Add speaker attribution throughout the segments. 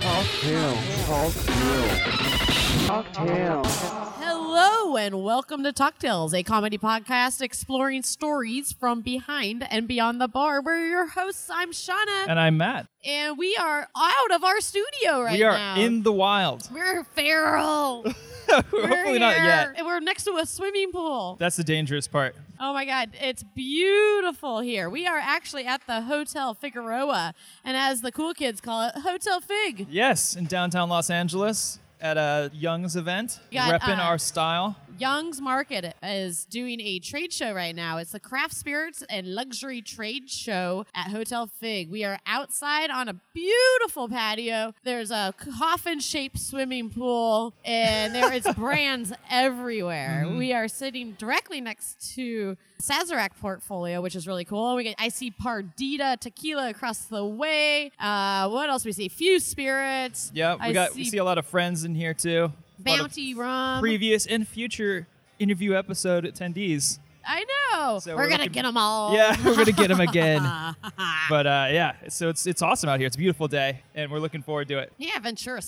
Speaker 1: Cocktail. Cocktail. Cocktail.
Speaker 2: Hello and welcome to Tucktails, a comedy podcast exploring stories from behind and beyond the bar. We're your hosts. I'm Shauna, and,
Speaker 3: and I'm Matt.
Speaker 2: we are out of our studio right
Speaker 3: we are
Speaker 2: now.
Speaker 3: in the wild.
Speaker 2: We're feral. We're
Speaker 3: Hopefully not
Speaker 2: here.
Speaker 3: yet.
Speaker 2: And we're next to a swimming pool.
Speaker 3: That's the dangerous part.
Speaker 2: Oh my God, it's beautiful here. We are actually at the Hotel Figueroa, and as the cool kids call it, Hotel Fig.
Speaker 3: Yes, in downtown Los Angeles at a Young's event,
Speaker 2: Got,
Speaker 3: repping
Speaker 2: uh,
Speaker 3: our style.
Speaker 2: Young's Market is doing a trade show right now. It's the Craft Spirits and Luxury Trade Show at Hotel Fig. We are outside on a beautiful patio. There's a coffin shaped swimming pool, and there is brands everywhere.
Speaker 3: Mm-hmm.
Speaker 2: We are sitting directly next to Sazerac portfolio, which is really cool. We get, I see Pardita tequila across the way. Uh, what else we see? Few spirits.
Speaker 3: Yeah, we
Speaker 2: I
Speaker 3: got we see a lot of friends in here too. A lot of
Speaker 2: Bounty rum.
Speaker 3: previous and future interview episode attendees.
Speaker 2: I know.
Speaker 3: So
Speaker 2: we're,
Speaker 3: we're
Speaker 2: gonna
Speaker 3: looking-
Speaker 2: get them all.
Speaker 3: Yeah, we're gonna get them again.
Speaker 2: Ah.
Speaker 3: but uh, yeah, so it's it's awesome out here. It's a beautiful day, and we're looking forward to it.
Speaker 2: Yeah, Ventura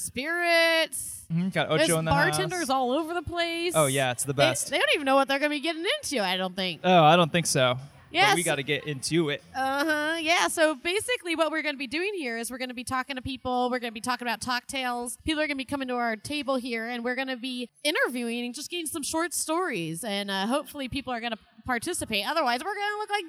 Speaker 2: Spirits.
Speaker 3: Mhm, Got Ocho
Speaker 2: There's
Speaker 3: in the
Speaker 2: bartenders
Speaker 3: house.
Speaker 2: all over the place.
Speaker 3: Oh, yeah, it's the
Speaker 2: They-
Speaker 3: best.
Speaker 2: They, don't even know what they're gonna be getting into. I don't think.
Speaker 3: oh, I don't think so.
Speaker 2: Yes.
Speaker 3: but we got to get into it.
Speaker 2: Uh huh. Yeah. So basically, what we're going to be doing here is we're going to be talking to people. We're going to be talking about cocktails. People are going to be coming to our table here, and we're going to be interviewing and just getting some short stories. And uh, hopefully, people are going to participate. Otherwise, we're going to look like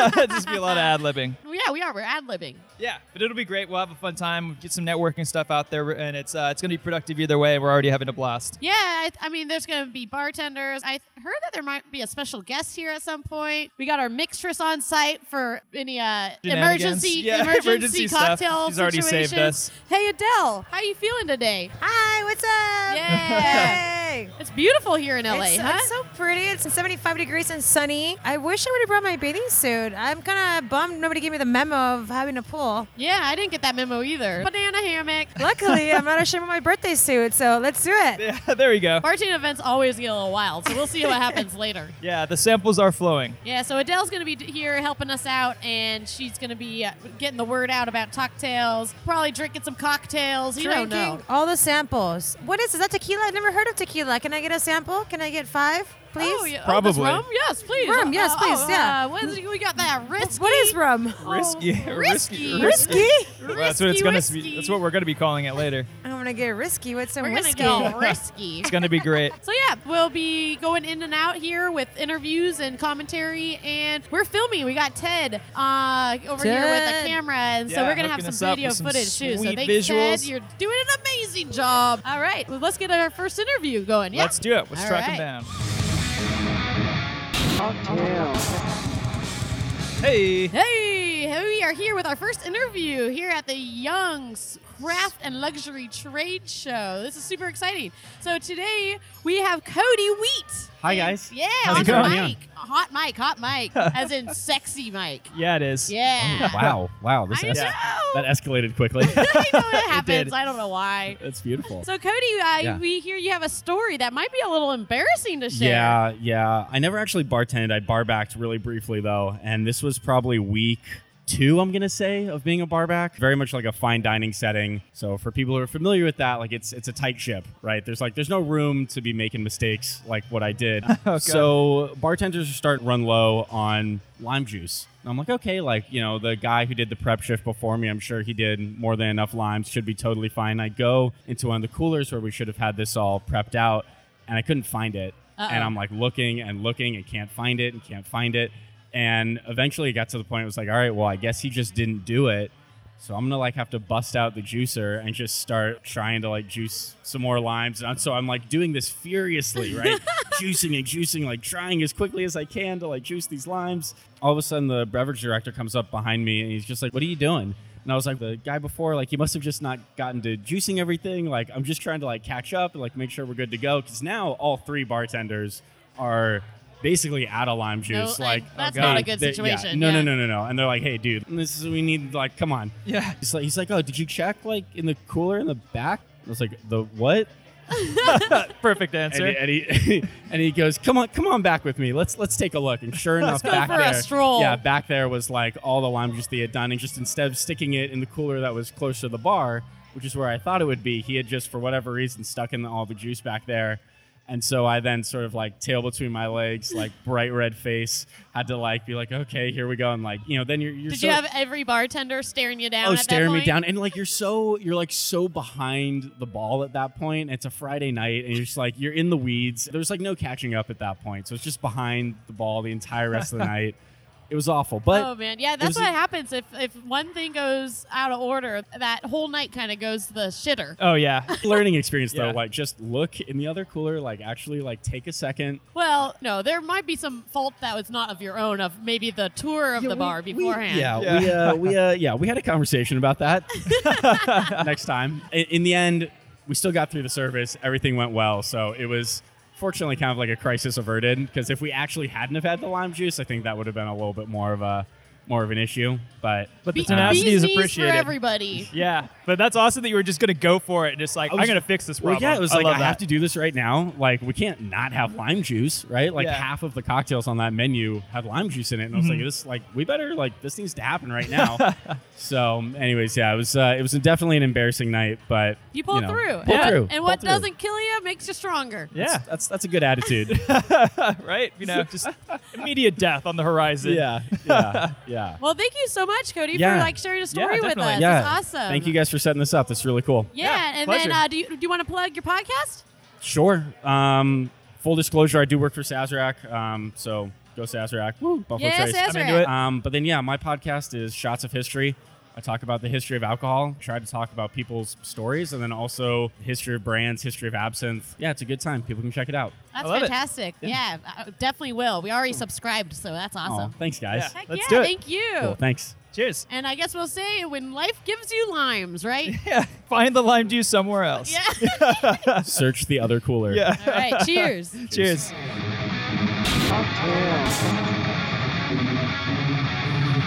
Speaker 2: dummies.
Speaker 3: Just be a lot of ad libbing.
Speaker 2: yeah, we are. We're ad libbing.
Speaker 3: Yeah, but it'll be great. We'll have a fun time, get some networking stuff out there, and it's uh, it's gonna be productive either way. We're already having a blast.
Speaker 2: Yeah, I, I mean, there's going to be bartenders. I th- heard that there might be a special guest here at some point. We got our mixtress on site for any uh,
Speaker 3: Shenanigans.
Speaker 2: emergency,
Speaker 3: Yeah,
Speaker 2: emergency
Speaker 3: emergency stuff.
Speaker 2: cocktail
Speaker 3: She's already saved
Speaker 2: situations.
Speaker 3: us.
Speaker 2: Hey, Adele, how you feeling today?
Speaker 4: Hi, what's up?
Speaker 2: Yeah.
Speaker 4: Yay.
Speaker 2: It's beautiful here in LA,
Speaker 4: It's,
Speaker 2: huh?
Speaker 4: it's so pretty. It's 75 degrees and sunny. I wish I would have brought my bathing suit. I'm kind of bummed nobody gave me the memo of having a pool.
Speaker 2: yeah, I didn't get that memo either. Banana hammock.
Speaker 4: Luckily, I'm not ashamed of my birthday suit, so let's do it.
Speaker 3: Yeah, there we go.
Speaker 2: Bartending events always get a little wild, so we'll see what happens later.
Speaker 3: Yeah, the samples are flowing.
Speaker 2: Yeah, so Adele's going to be d- here helping us out, and she's going to be uh, getting the word out about cocktails, probably drinking some cocktails. You
Speaker 4: Drinking
Speaker 2: don't know.
Speaker 4: all the samples. What is, is that tequila? I've never heard of tequila. Can I get a sample? Can I get five, please?
Speaker 2: Oh, yeah. Oh,
Speaker 3: Probably.
Speaker 2: that's rum? Yes, please.
Speaker 4: Rum, yes, please,
Speaker 2: uh,
Speaker 4: yeah.
Speaker 2: what is- we got that risky. Oh,
Speaker 4: What is rum?
Speaker 3: Risky,
Speaker 5: Oh,
Speaker 2: risky.
Speaker 3: risky,
Speaker 4: Risky?
Speaker 3: Well, that's what it's
Speaker 2: risky,
Speaker 3: gonna
Speaker 2: risky.
Speaker 3: be. That's what we're gonna be calling it later.
Speaker 4: I'm going to get risky with some
Speaker 2: We're gonna
Speaker 4: whiskey.
Speaker 2: go risky.
Speaker 3: It's gonna be great.
Speaker 2: So yeah, we'll be going in and out here with interviews and commentary, and we're filming. We got Ted uh, over here with
Speaker 4: Ted.
Speaker 2: a camera, and so
Speaker 3: Yeah,
Speaker 2: we're gonna have
Speaker 3: hooking us
Speaker 2: some
Speaker 3: up
Speaker 2: video
Speaker 3: with some
Speaker 2: footage too. So
Speaker 3: sweet
Speaker 2: thanks, Ted.
Speaker 3: visuals.
Speaker 2: You're doing an amazing job. All right, well, let's get our first interview going. Yeah.
Speaker 3: Let's do it. Let's
Speaker 2: All
Speaker 3: track
Speaker 2: right.
Speaker 3: them down.
Speaker 1: Cocktail.
Speaker 3: Hey,
Speaker 2: Hey, hey, we are here with our first interview here at the Young's Craft and Luxury Trade Show. This is super exciting. So today we have Cody Wheat.
Speaker 6: Hi,
Speaker 2: And-
Speaker 6: guys.
Speaker 2: Yeah,
Speaker 6: How's
Speaker 2: on
Speaker 6: it
Speaker 2: the
Speaker 6: going?
Speaker 2: mic. Hot mic, hot mic, as in sexy mic.
Speaker 3: yeah, it is.
Speaker 2: Yeah.
Speaker 6: Oh, Wow, wow, this
Speaker 2: I
Speaker 6: es-
Speaker 2: know.
Speaker 6: that escalated quickly.
Speaker 2: I know it happens.
Speaker 3: did.
Speaker 2: I don't know why.
Speaker 6: That's beautiful.
Speaker 2: So Cody, uh,
Speaker 6: Yeah.
Speaker 2: we hear you have a story that might be a little embarrassing to share.
Speaker 6: Yeah, yeah. I never actually bartended. I bar backed really briefly though, and this was probably week two. I'm gonna say of being a bar back, very much like a fine dining setting. So for people who are familiar with that, like it's it's a tight ship, right? There's like there's no room to be making mistakes like what I did.
Speaker 3: God.
Speaker 6: So bartenders are starting to run low on lime juice. And I'm like, okay, like, you know, the guy who did the prep shift before me, I'm sure he did more than enough limes, should be totally fine. I go into one of the coolers where we should have had this all prepped out, and I couldn't find it.
Speaker 2: Uh-oh.
Speaker 6: And I'm like looking and looking and can't find it and can't find it. And eventually it got to the point it was like, all right, well, I guess he just didn't do it. So I'm gonna like have to bust out the juicer and just start trying to like juice some more limes. And I'm- so I'm like doing this furiously, right? juicing and juicing, like trying as quickly as I can to like juice these limes. All of a sudden, the beverage director comes up behind me and he's just like, "What are you doing?" And I was like, "The guy before, like he must have just not gotten to juicing everything. Like I'm just trying to like catch up and like make sure we're good to go." Because now all three bartenders are basically out of lime juice.
Speaker 2: like,
Speaker 6: like
Speaker 2: that's
Speaker 6: oh,
Speaker 2: not
Speaker 6: God.
Speaker 2: a good
Speaker 6: They- yeah.
Speaker 2: situation,
Speaker 6: No,
Speaker 2: yeah.
Speaker 6: no, no, no, no. And they're like, "Hey, dude, this is we need. Like, come on."
Speaker 3: Yeah.
Speaker 6: He's like, he's like, oh, did you check like in the cooler in the back? I was like, the what?
Speaker 3: Perfect
Speaker 6: And
Speaker 3: answer.
Speaker 6: he, and, he, and he goes, "Come on, come on back with me. Let's let's take a look." And sure enough,
Speaker 2: go
Speaker 6: back
Speaker 2: for a
Speaker 6: there,
Speaker 2: stroll.
Speaker 6: yeah, back there was like all the lime juice they had done, and just instead of sticking it in the cooler that was close to the bar, which is where I thought it would be, he had just for whatever reason stuck in all the juice back there. And so I then sort of like tail between my legs, like bright red face, had to like be like, okay, here we go, and like you know, then you're, you're
Speaker 2: Did
Speaker 6: so-
Speaker 2: you have every bartender staring you down?
Speaker 6: Oh,
Speaker 2: at that
Speaker 6: staring me
Speaker 2: point?
Speaker 6: down, and like you're so you're like so behind the ball at that point. It's a Friday night, and you're just like you're in the weeds. There's like no catching up at that point, so it's just behind the ball the entire rest of the night. It was awful, but
Speaker 2: oh man, yeah,
Speaker 6: it
Speaker 2: that's
Speaker 6: was
Speaker 2: what
Speaker 6: a-
Speaker 2: happens if if one thing goes out of order, that whole night kind of goes to the shitter.
Speaker 3: oh yeah.
Speaker 6: learning experience though.
Speaker 3: Yeah.
Speaker 6: Like just look in the other cooler, like actually like take a second.
Speaker 2: Well, no, there might be some fault that was not of your own, of maybe the tour of the bar beforehand.
Speaker 6: yeah,
Speaker 3: Yeah.
Speaker 6: we uh, we uh, yeah we had a conversation about that. Next time, in, in the end, we still got through the service. Everything went well, so it was. Fortunately, kind of like a crisis averted because if we actually hadn't have had the lime juice, I think that would have been a little bit more of a more of an issue. But
Speaker 3: But the
Speaker 2: Be-
Speaker 3: tenacity
Speaker 2: bees
Speaker 3: is
Speaker 2: knees
Speaker 3: appreciated.
Speaker 2: for everybody.
Speaker 3: Yeah, but that's awesome that you were just gonna go for it and just like
Speaker 6: I was-
Speaker 3: I'm gonna fix this
Speaker 6: well,
Speaker 3: problem.
Speaker 6: yeah, it was
Speaker 3: I
Speaker 6: like
Speaker 3: love
Speaker 6: I
Speaker 3: that.
Speaker 6: have to do this right now. Like we can't not have lime juice, right? Like
Speaker 3: Yeah. Mm-hmm.
Speaker 6: half of the cocktails on that menu have lime juice in it, and I was like, this like we better like this needs to happen right now. so, anyways, yeah, it was uh, it was definitely an embarrassing night, but
Speaker 2: You pull
Speaker 6: know,
Speaker 2: through.
Speaker 6: pull
Speaker 2: and,
Speaker 6: through,
Speaker 2: and
Speaker 6: pull
Speaker 2: what
Speaker 6: through.
Speaker 2: doesn't kill you makes you stronger.
Speaker 3: yeah,
Speaker 6: that's that's a good attitude.
Speaker 3: right. You know, just immediate death on the horizon.
Speaker 6: yeah, yeah, yeah.
Speaker 2: Well, thank you so much, Cody, for
Speaker 6: Yeah.
Speaker 2: like sharing a story with
Speaker 3: definitely.
Speaker 2: us. It's
Speaker 6: yeah,
Speaker 2: awesome.
Speaker 6: Thank you guys for setting this up. That's really cool.
Speaker 2: Yeah,
Speaker 3: Yeah,
Speaker 2: and
Speaker 3: pleasure.
Speaker 2: then uh, do you do you want to plug your podcast?
Speaker 6: Sure. Um, full disclosure, I do work for Sazerac, um, so go Sazerac. Woo, Buffalo
Speaker 2: Yes,
Speaker 6: Trace.
Speaker 2: Sazerac.
Speaker 3: I'm into it.
Speaker 6: Um, but then, yeah, my podcast is Shots of History. I talk about the history of alcohol, try to talk about people's stories, and then also history of brands, history of absinthe. Yeah, it's a good time. People can check it out.
Speaker 2: That's
Speaker 3: love it.
Speaker 2: fantastic. Yeah, I definitely will. We already subscribed, so that's
Speaker 6: Aw,
Speaker 2: awesome.
Speaker 6: thanks, guys.
Speaker 3: Yeah.
Speaker 2: Heck
Speaker 3: Let's
Speaker 2: yeah,
Speaker 3: do it.
Speaker 2: thank you.
Speaker 6: Cool, thanks.
Speaker 3: Cheers.
Speaker 2: And I guess we'll say when life gives you limes, right?
Speaker 3: Yeah. Find the lime juice somewhere else.
Speaker 2: yeah.
Speaker 6: Search the other cooler.
Speaker 3: Yeah.
Speaker 2: All right, cheers.
Speaker 3: Cheers.
Speaker 1: Cocktail.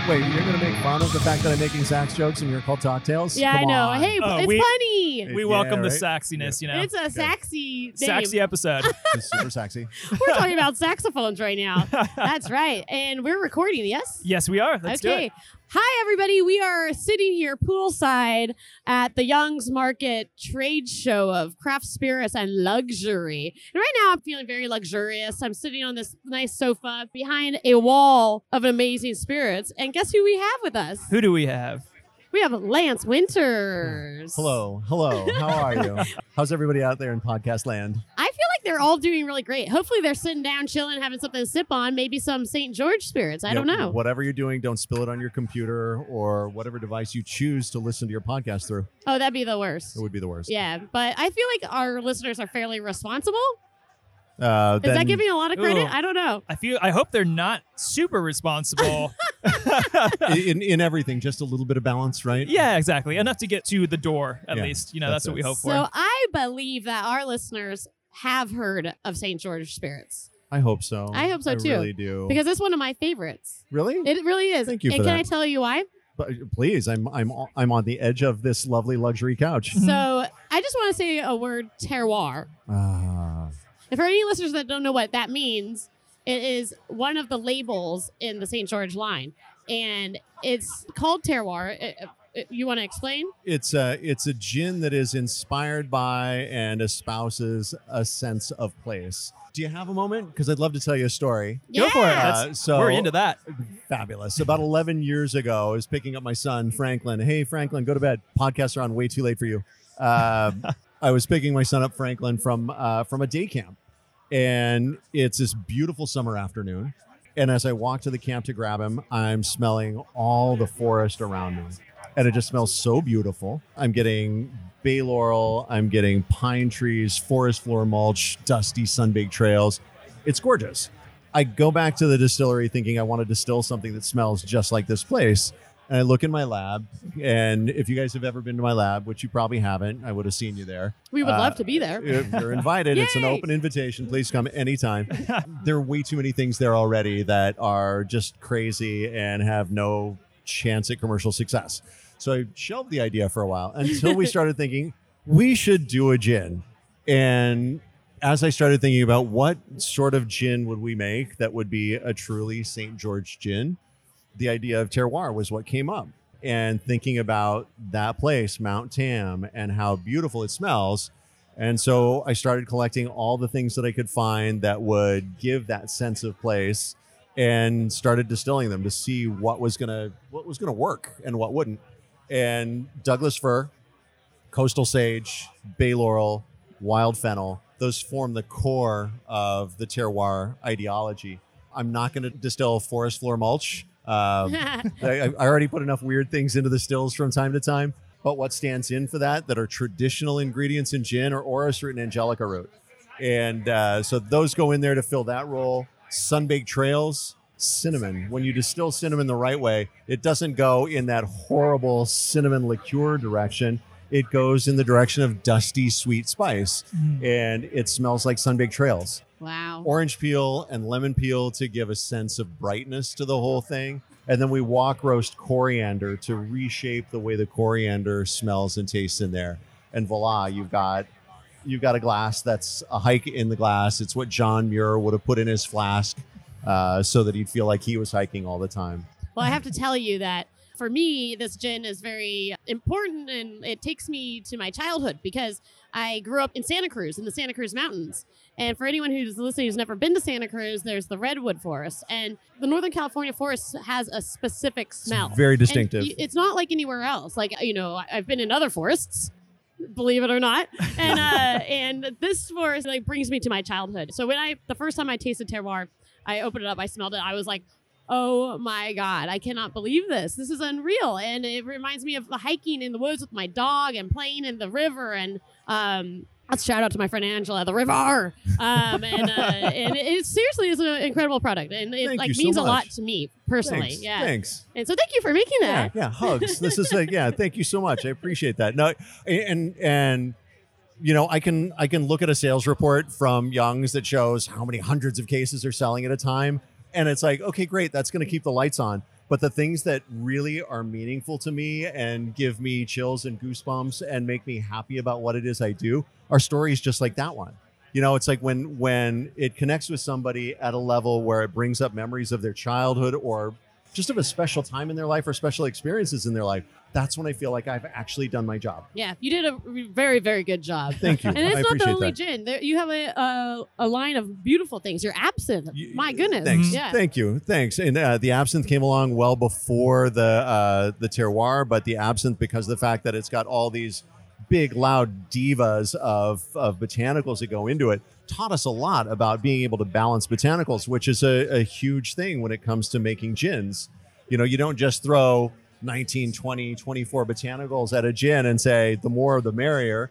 Speaker 7: Wait, you're going to make fun of the fact that I'm making sax jokes and you're called cocktails?
Speaker 2: Yeah,
Speaker 7: Come
Speaker 2: I know.
Speaker 7: on.
Speaker 2: Hey,
Speaker 3: Oh,
Speaker 2: it's
Speaker 3: we-
Speaker 2: funny.
Speaker 3: We
Speaker 7: Yeah,
Speaker 3: welcome the
Speaker 7: right.
Speaker 3: saxiness. You know,
Speaker 2: It's a sexy name.
Speaker 3: saxy episode.
Speaker 7: It's super sexy.
Speaker 2: We're talking about saxophones right now. That's right. And we're recording, yes?
Speaker 3: yes, we are. Let's do
Speaker 2: okay.
Speaker 3: it.
Speaker 2: Hi, everybody. We are sitting here poolside at the Young's Market trade show of craft spirits and luxury. And right now, I'm feeling very luxurious. I'm sitting on this nice sofa behind a wall of amazing spirits. And guess who we have with us?
Speaker 3: Who do we have?
Speaker 2: We have Lance Winters.
Speaker 7: Hello. Hello. How are you? How's everybody out there in podcast land?
Speaker 2: I feel like they're all doing really great. Hopefully, they're sitting down, chilling, having something to sip on, maybe some St. George spirits. I
Speaker 7: You
Speaker 2: don't know.
Speaker 7: Whatever you're doing, don't spill it on your computer or whatever device you choose to listen to your podcast through.
Speaker 2: Oh, that'd be the worst.
Speaker 7: It would be the worst.
Speaker 2: Yeah, but I feel like our listeners are fairly responsible.
Speaker 7: Uh,
Speaker 2: Is
Speaker 7: then-
Speaker 2: that giving a lot of credit?
Speaker 3: Ooh.
Speaker 2: I don't know.
Speaker 3: I feel. I hope they're not super responsible.
Speaker 7: in, in everything, just a little bit of balance, right?
Speaker 3: yeah, exactly. Enough to get to the door at
Speaker 7: Yeah,
Speaker 3: least. You know,
Speaker 7: that's
Speaker 3: that's, what we
Speaker 7: it.
Speaker 3: hope for.
Speaker 2: So I believe that our listeners have heard of St. George spirits
Speaker 7: I hope so.
Speaker 2: Oh, I hope so, too.
Speaker 7: really do.
Speaker 2: because it's one of my favorites.
Speaker 7: really?
Speaker 2: It really is.
Speaker 7: Thank you
Speaker 2: And
Speaker 7: for
Speaker 2: can
Speaker 7: that.
Speaker 2: I tell you why?
Speaker 3: Mm-hmm.
Speaker 7: But please, I'm I'm I'm on the edge of this lovely luxury couch.
Speaker 2: So I just want to say a word terroir.
Speaker 7: Ah,
Speaker 2: And for any listeners that don't know what that means, it is one of the labels in the St. George line. And it's called terroir. It- it- you want to explain?
Speaker 7: it's a it's a gin that is inspired by and espouses a sense of place. Do you have a moment? Because I'd love to tell you a story.
Speaker 3: Go for it.
Speaker 2: Yeah.
Speaker 3: That's-
Speaker 7: Uh, so
Speaker 3: We're into that.
Speaker 7: fabulous. About 11 years ago, I was picking up my son, Franklin. Hey, Franklin, go to bed. Podcasts are on way too late for you. Uh, I was picking my son up, Franklin, from uh, from a day camp, and it's this beautiful summer afternoon. And as I walk to the camp to grab him, I'm smelling all the forest around me, and it just smells so beautiful. I'm getting bay laurel, I'm getting pine trees, forest floor mulch, dusty sunbaked trails. It's gorgeous. I go back to the distillery thinking I want to distill something that smells just like this place. And I look in my lab, and if you guys have ever been to my lab, which you probably haven't, I would have seen you there.
Speaker 2: we would
Speaker 7: uh,
Speaker 2: love to be there.
Speaker 7: If You're invited. it's an
Speaker 2: Yay!
Speaker 7: open invitation. Please come anytime. there are way too many things there already that are just crazy and have no chance at commercial success. So I shelved the idea for a while until we started thinking we should do a gin. And as I started thinking about what sort of gin would we make that would be a truly St. George gin, the idea of terroir was what came up. And thinking about that place, Mount Tam, and how beautiful it smells. And so I started collecting all the things that I could find that would give that sense of place and started distilling them to see what was gonna what was gonna work and what wouldn't. And Douglas fir, coastal sage, bay laurel, wild fennel, those form the core of the terroir ideology. I'm not going to distill forest floor mulch. Um, I, I already put enough weird things into the stills from time to time. But what stands in for that that are traditional ingredients in gin or orris root and angelica root. And uh, so those go in there to fill that role. Sunbaked trails, cinnamon. When you distill cinnamon the right way, it doesn't go in that horrible cinnamon liqueur direction. It goes in the direction of dusty sweet spice. And it smells like sunbaked trails
Speaker 8: wow.
Speaker 7: orange peel and lemon peel to give a sense of brightness to the whole thing. And then we walk roast coriander to reshape the way the coriander smells and tastes in there. And voila, you've got you've got a glass that's a hike in the glass. It's what John Muir would have put in his flask uh, so that he'd feel like he was hiking all the time.
Speaker 2: Well, I have to tell you that for me, this gin is very important and it takes me to my childhood because I grew up in Santa Cruz, in the Santa Cruz Mountains. And for anyone who's listening who's never been to Santa Cruz, there's the redwood forest. And the Northern California forest has a specific smell.
Speaker 7: Very
Speaker 2: And
Speaker 7: distinctive.
Speaker 2: y- it's not like anywhere else. Like, you know, I- I've been in other forests. Believe it or not, and uh, and this forest like brings me to my childhood. So when I the first time I tasted terroir, I opened it up, I smelled it, I was like, oh my god i cannot believe this this is unreal and it reminds me of hiking in the woods with my dog and playing in the river and um let's shout out to my friend angela the river um and uh, and it, it seriously is an incredible product and it
Speaker 7: Thank
Speaker 2: like
Speaker 7: you so
Speaker 2: means a lot
Speaker 7: much.
Speaker 2: to me personally
Speaker 7: Thanks.
Speaker 2: yeah
Speaker 7: Thanks.
Speaker 2: and so thank you for making
Speaker 7: yeah,
Speaker 2: that
Speaker 7: yeah, hugs. This is like, yeah, thank you so much. I appreciate that. No, and and you know, I can I can look at a sales report from Young's that shows how many hundreds of cases they're selling at a time, and it's like, okay, great, that's going to keep the lights on. But the things that really are meaningful to me and give me chills and goosebumps and make me happy about what it is I do are stories just like that one. You know, it's like when when it connects with somebody at a level where it brings up memories of their childhood or just of a special time in their life or special experiences in their life. That's when I feel like I've actually done my job.
Speaker 2: yeah you did a re- very very good job
Speaker 7: Thank you.
Speaker 2: and it's
Speaker 7: I
Speaker 2: not the
Speaker 7: appreciate
Speaker 2: only
Speaker 7: that.
Speaker 2: gin there, you have a, a a line of beautiful things your absinthe
Speaker 7: You- uh,
Speaker 2: my goodness
Speaker 7: Thanks.
Speaker 2: yeah
Speaker 7: Thank you. Thanks. And uh, the absinthe came along well before the uh, the terroir, but the absinthe because of the fact that it's got all these big, loud divas of of botanicals that go into it taught us a lot about being able to balance botanicals, which is a, a huge thing when it comes to making gins. You know, you don't just throw 19, 20, 24 botanicals at a gin and say the more the merrier.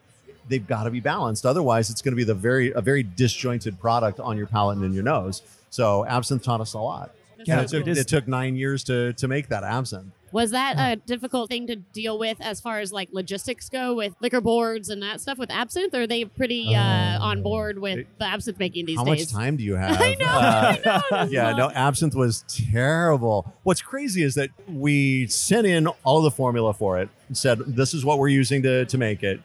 Speaker 7: They've got to be balanced. Otherwise, it's going to be the very a very disjointed product on your palate and in your nose. So absinthe taught us a lot.
Speaker 9: Yeah,
Speaker 7: And it, took,
Speaker 9: it is-
Speaker 7: it took nine years to to make that absinthe.
Speaker 2: Was that
Speaker 7: Uh-huh.
Speaker 2: a difficult thing to deal with as far as like logistics go with liquor boards and that stuff with absinthe? Or are they pretty uh, on board with the absinthe making these
Speaker 7: Oh. How
Speaker 2: days?
Speaker 7: much time do you have?
Speaker 2: I know,
Speaker 7: Uh,
Speaker 2: I know.
Speaker 7: yeah, no, absinthe was terrible. What's crazy is that we sent in all the formula for it and said, this is what we're using to, to make it.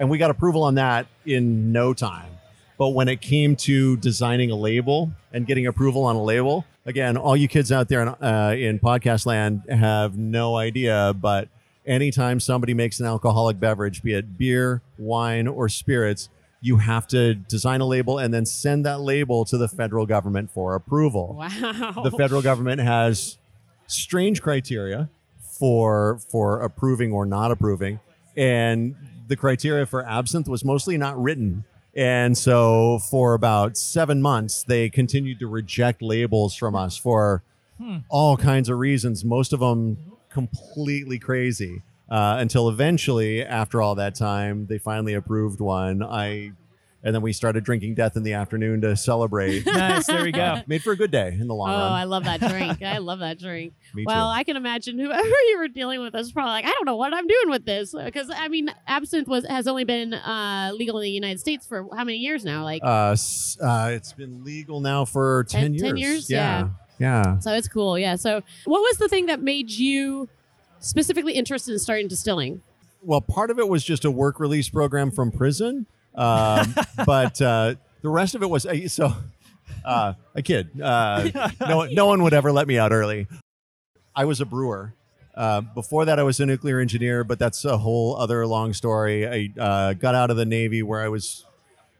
Speaker 7: And we got approval on that in no time. But when it came to designing a label and getting approval on a label, again, all you kids out there in, uh, in podcast land have no idea, but anytime somebody makes an alcoholic beverage, be it beer, wine, or spirits, you have to design a label and then send that label to the federal government for approval
Speaker 2: Wow.
Speaker 7: the federal government has strange criteria for for approving or not approving and the criteria for absinthe was mostly not written and so for about 7 months they continued to reject labels from us for
Speaker 2: Hmm.
Speaker 7: all kinds of reasons most of them completely crazy uh, until eventually after all that time they finally approved one i and then we started drinking death in the afternoon to celebrate Uh,
Speaker 9: nice. There we go.
Speaker 7: made for a good day in the
Speaker 2: Oh,
Speaker 7: long run
Speaker 2: I love that drink. I love that drink.
Speaker 7: me
Speaker 2: well,
Speaker 7: too.
Speaker 2: I can imagine whoever you were dealing with was probably like, I don't know what I'm doing with this. Because, I mean, absinthe was has only been uh, legal in the United States for how many years now? Like,
Speaker 7: uh, s- uh, it's been legal now for 10
Speaker 2: Ten-
Speaker 7: years.
Speaker 2: 10 years?
Speaker 7: Yeah. Yeah.
Speaker 2: so it's cool. Yeah. So, what was the thing that made you specifically interested in starting distilling?
Speaker 7: Well, part of it was just a work release program from prison. Uh, Um, but uh, the rest of it was uh, so uh, a kid. Uh, no, one- no one would ever let me out early. I was a brewer. Uh, before that, I was a nuclear engineer, but that's a whole other long story. I uh, got out of the Navy where I was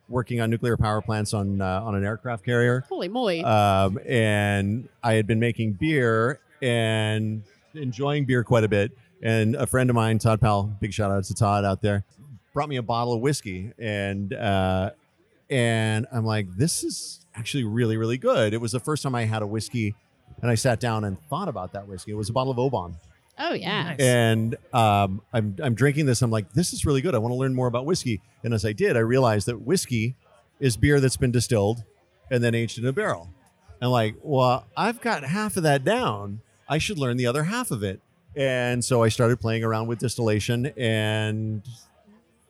Speaker 7: working on nuclear power plants on uh, on an aircraft carrier
Speaker 10: Holy moly.
Speaker 7: um, and I had been making beer and enjoying beer quite a bit. And a friend of mine, Todd Powell, big shout out to Todd out there, brought me a bottle of whiskey, and uh, and I'm like, this is actually really really good. It was the first time I had a whiskey, and I sat down and thought about that whiskey. It was a bottle of Oban,
Speaker 10: oh, yeah.
Speaker 3: Nice.
Speaker 7: and um, I'm I'm drinking this. I'm like, this is really good. I want to learn more about whiskey. And as I did, I realized that whiskey is beer that's been distilled and then aged in a barrel. And like, well, I've got half of that down. I should learn the other half of it. And so I started playing around with distillation, and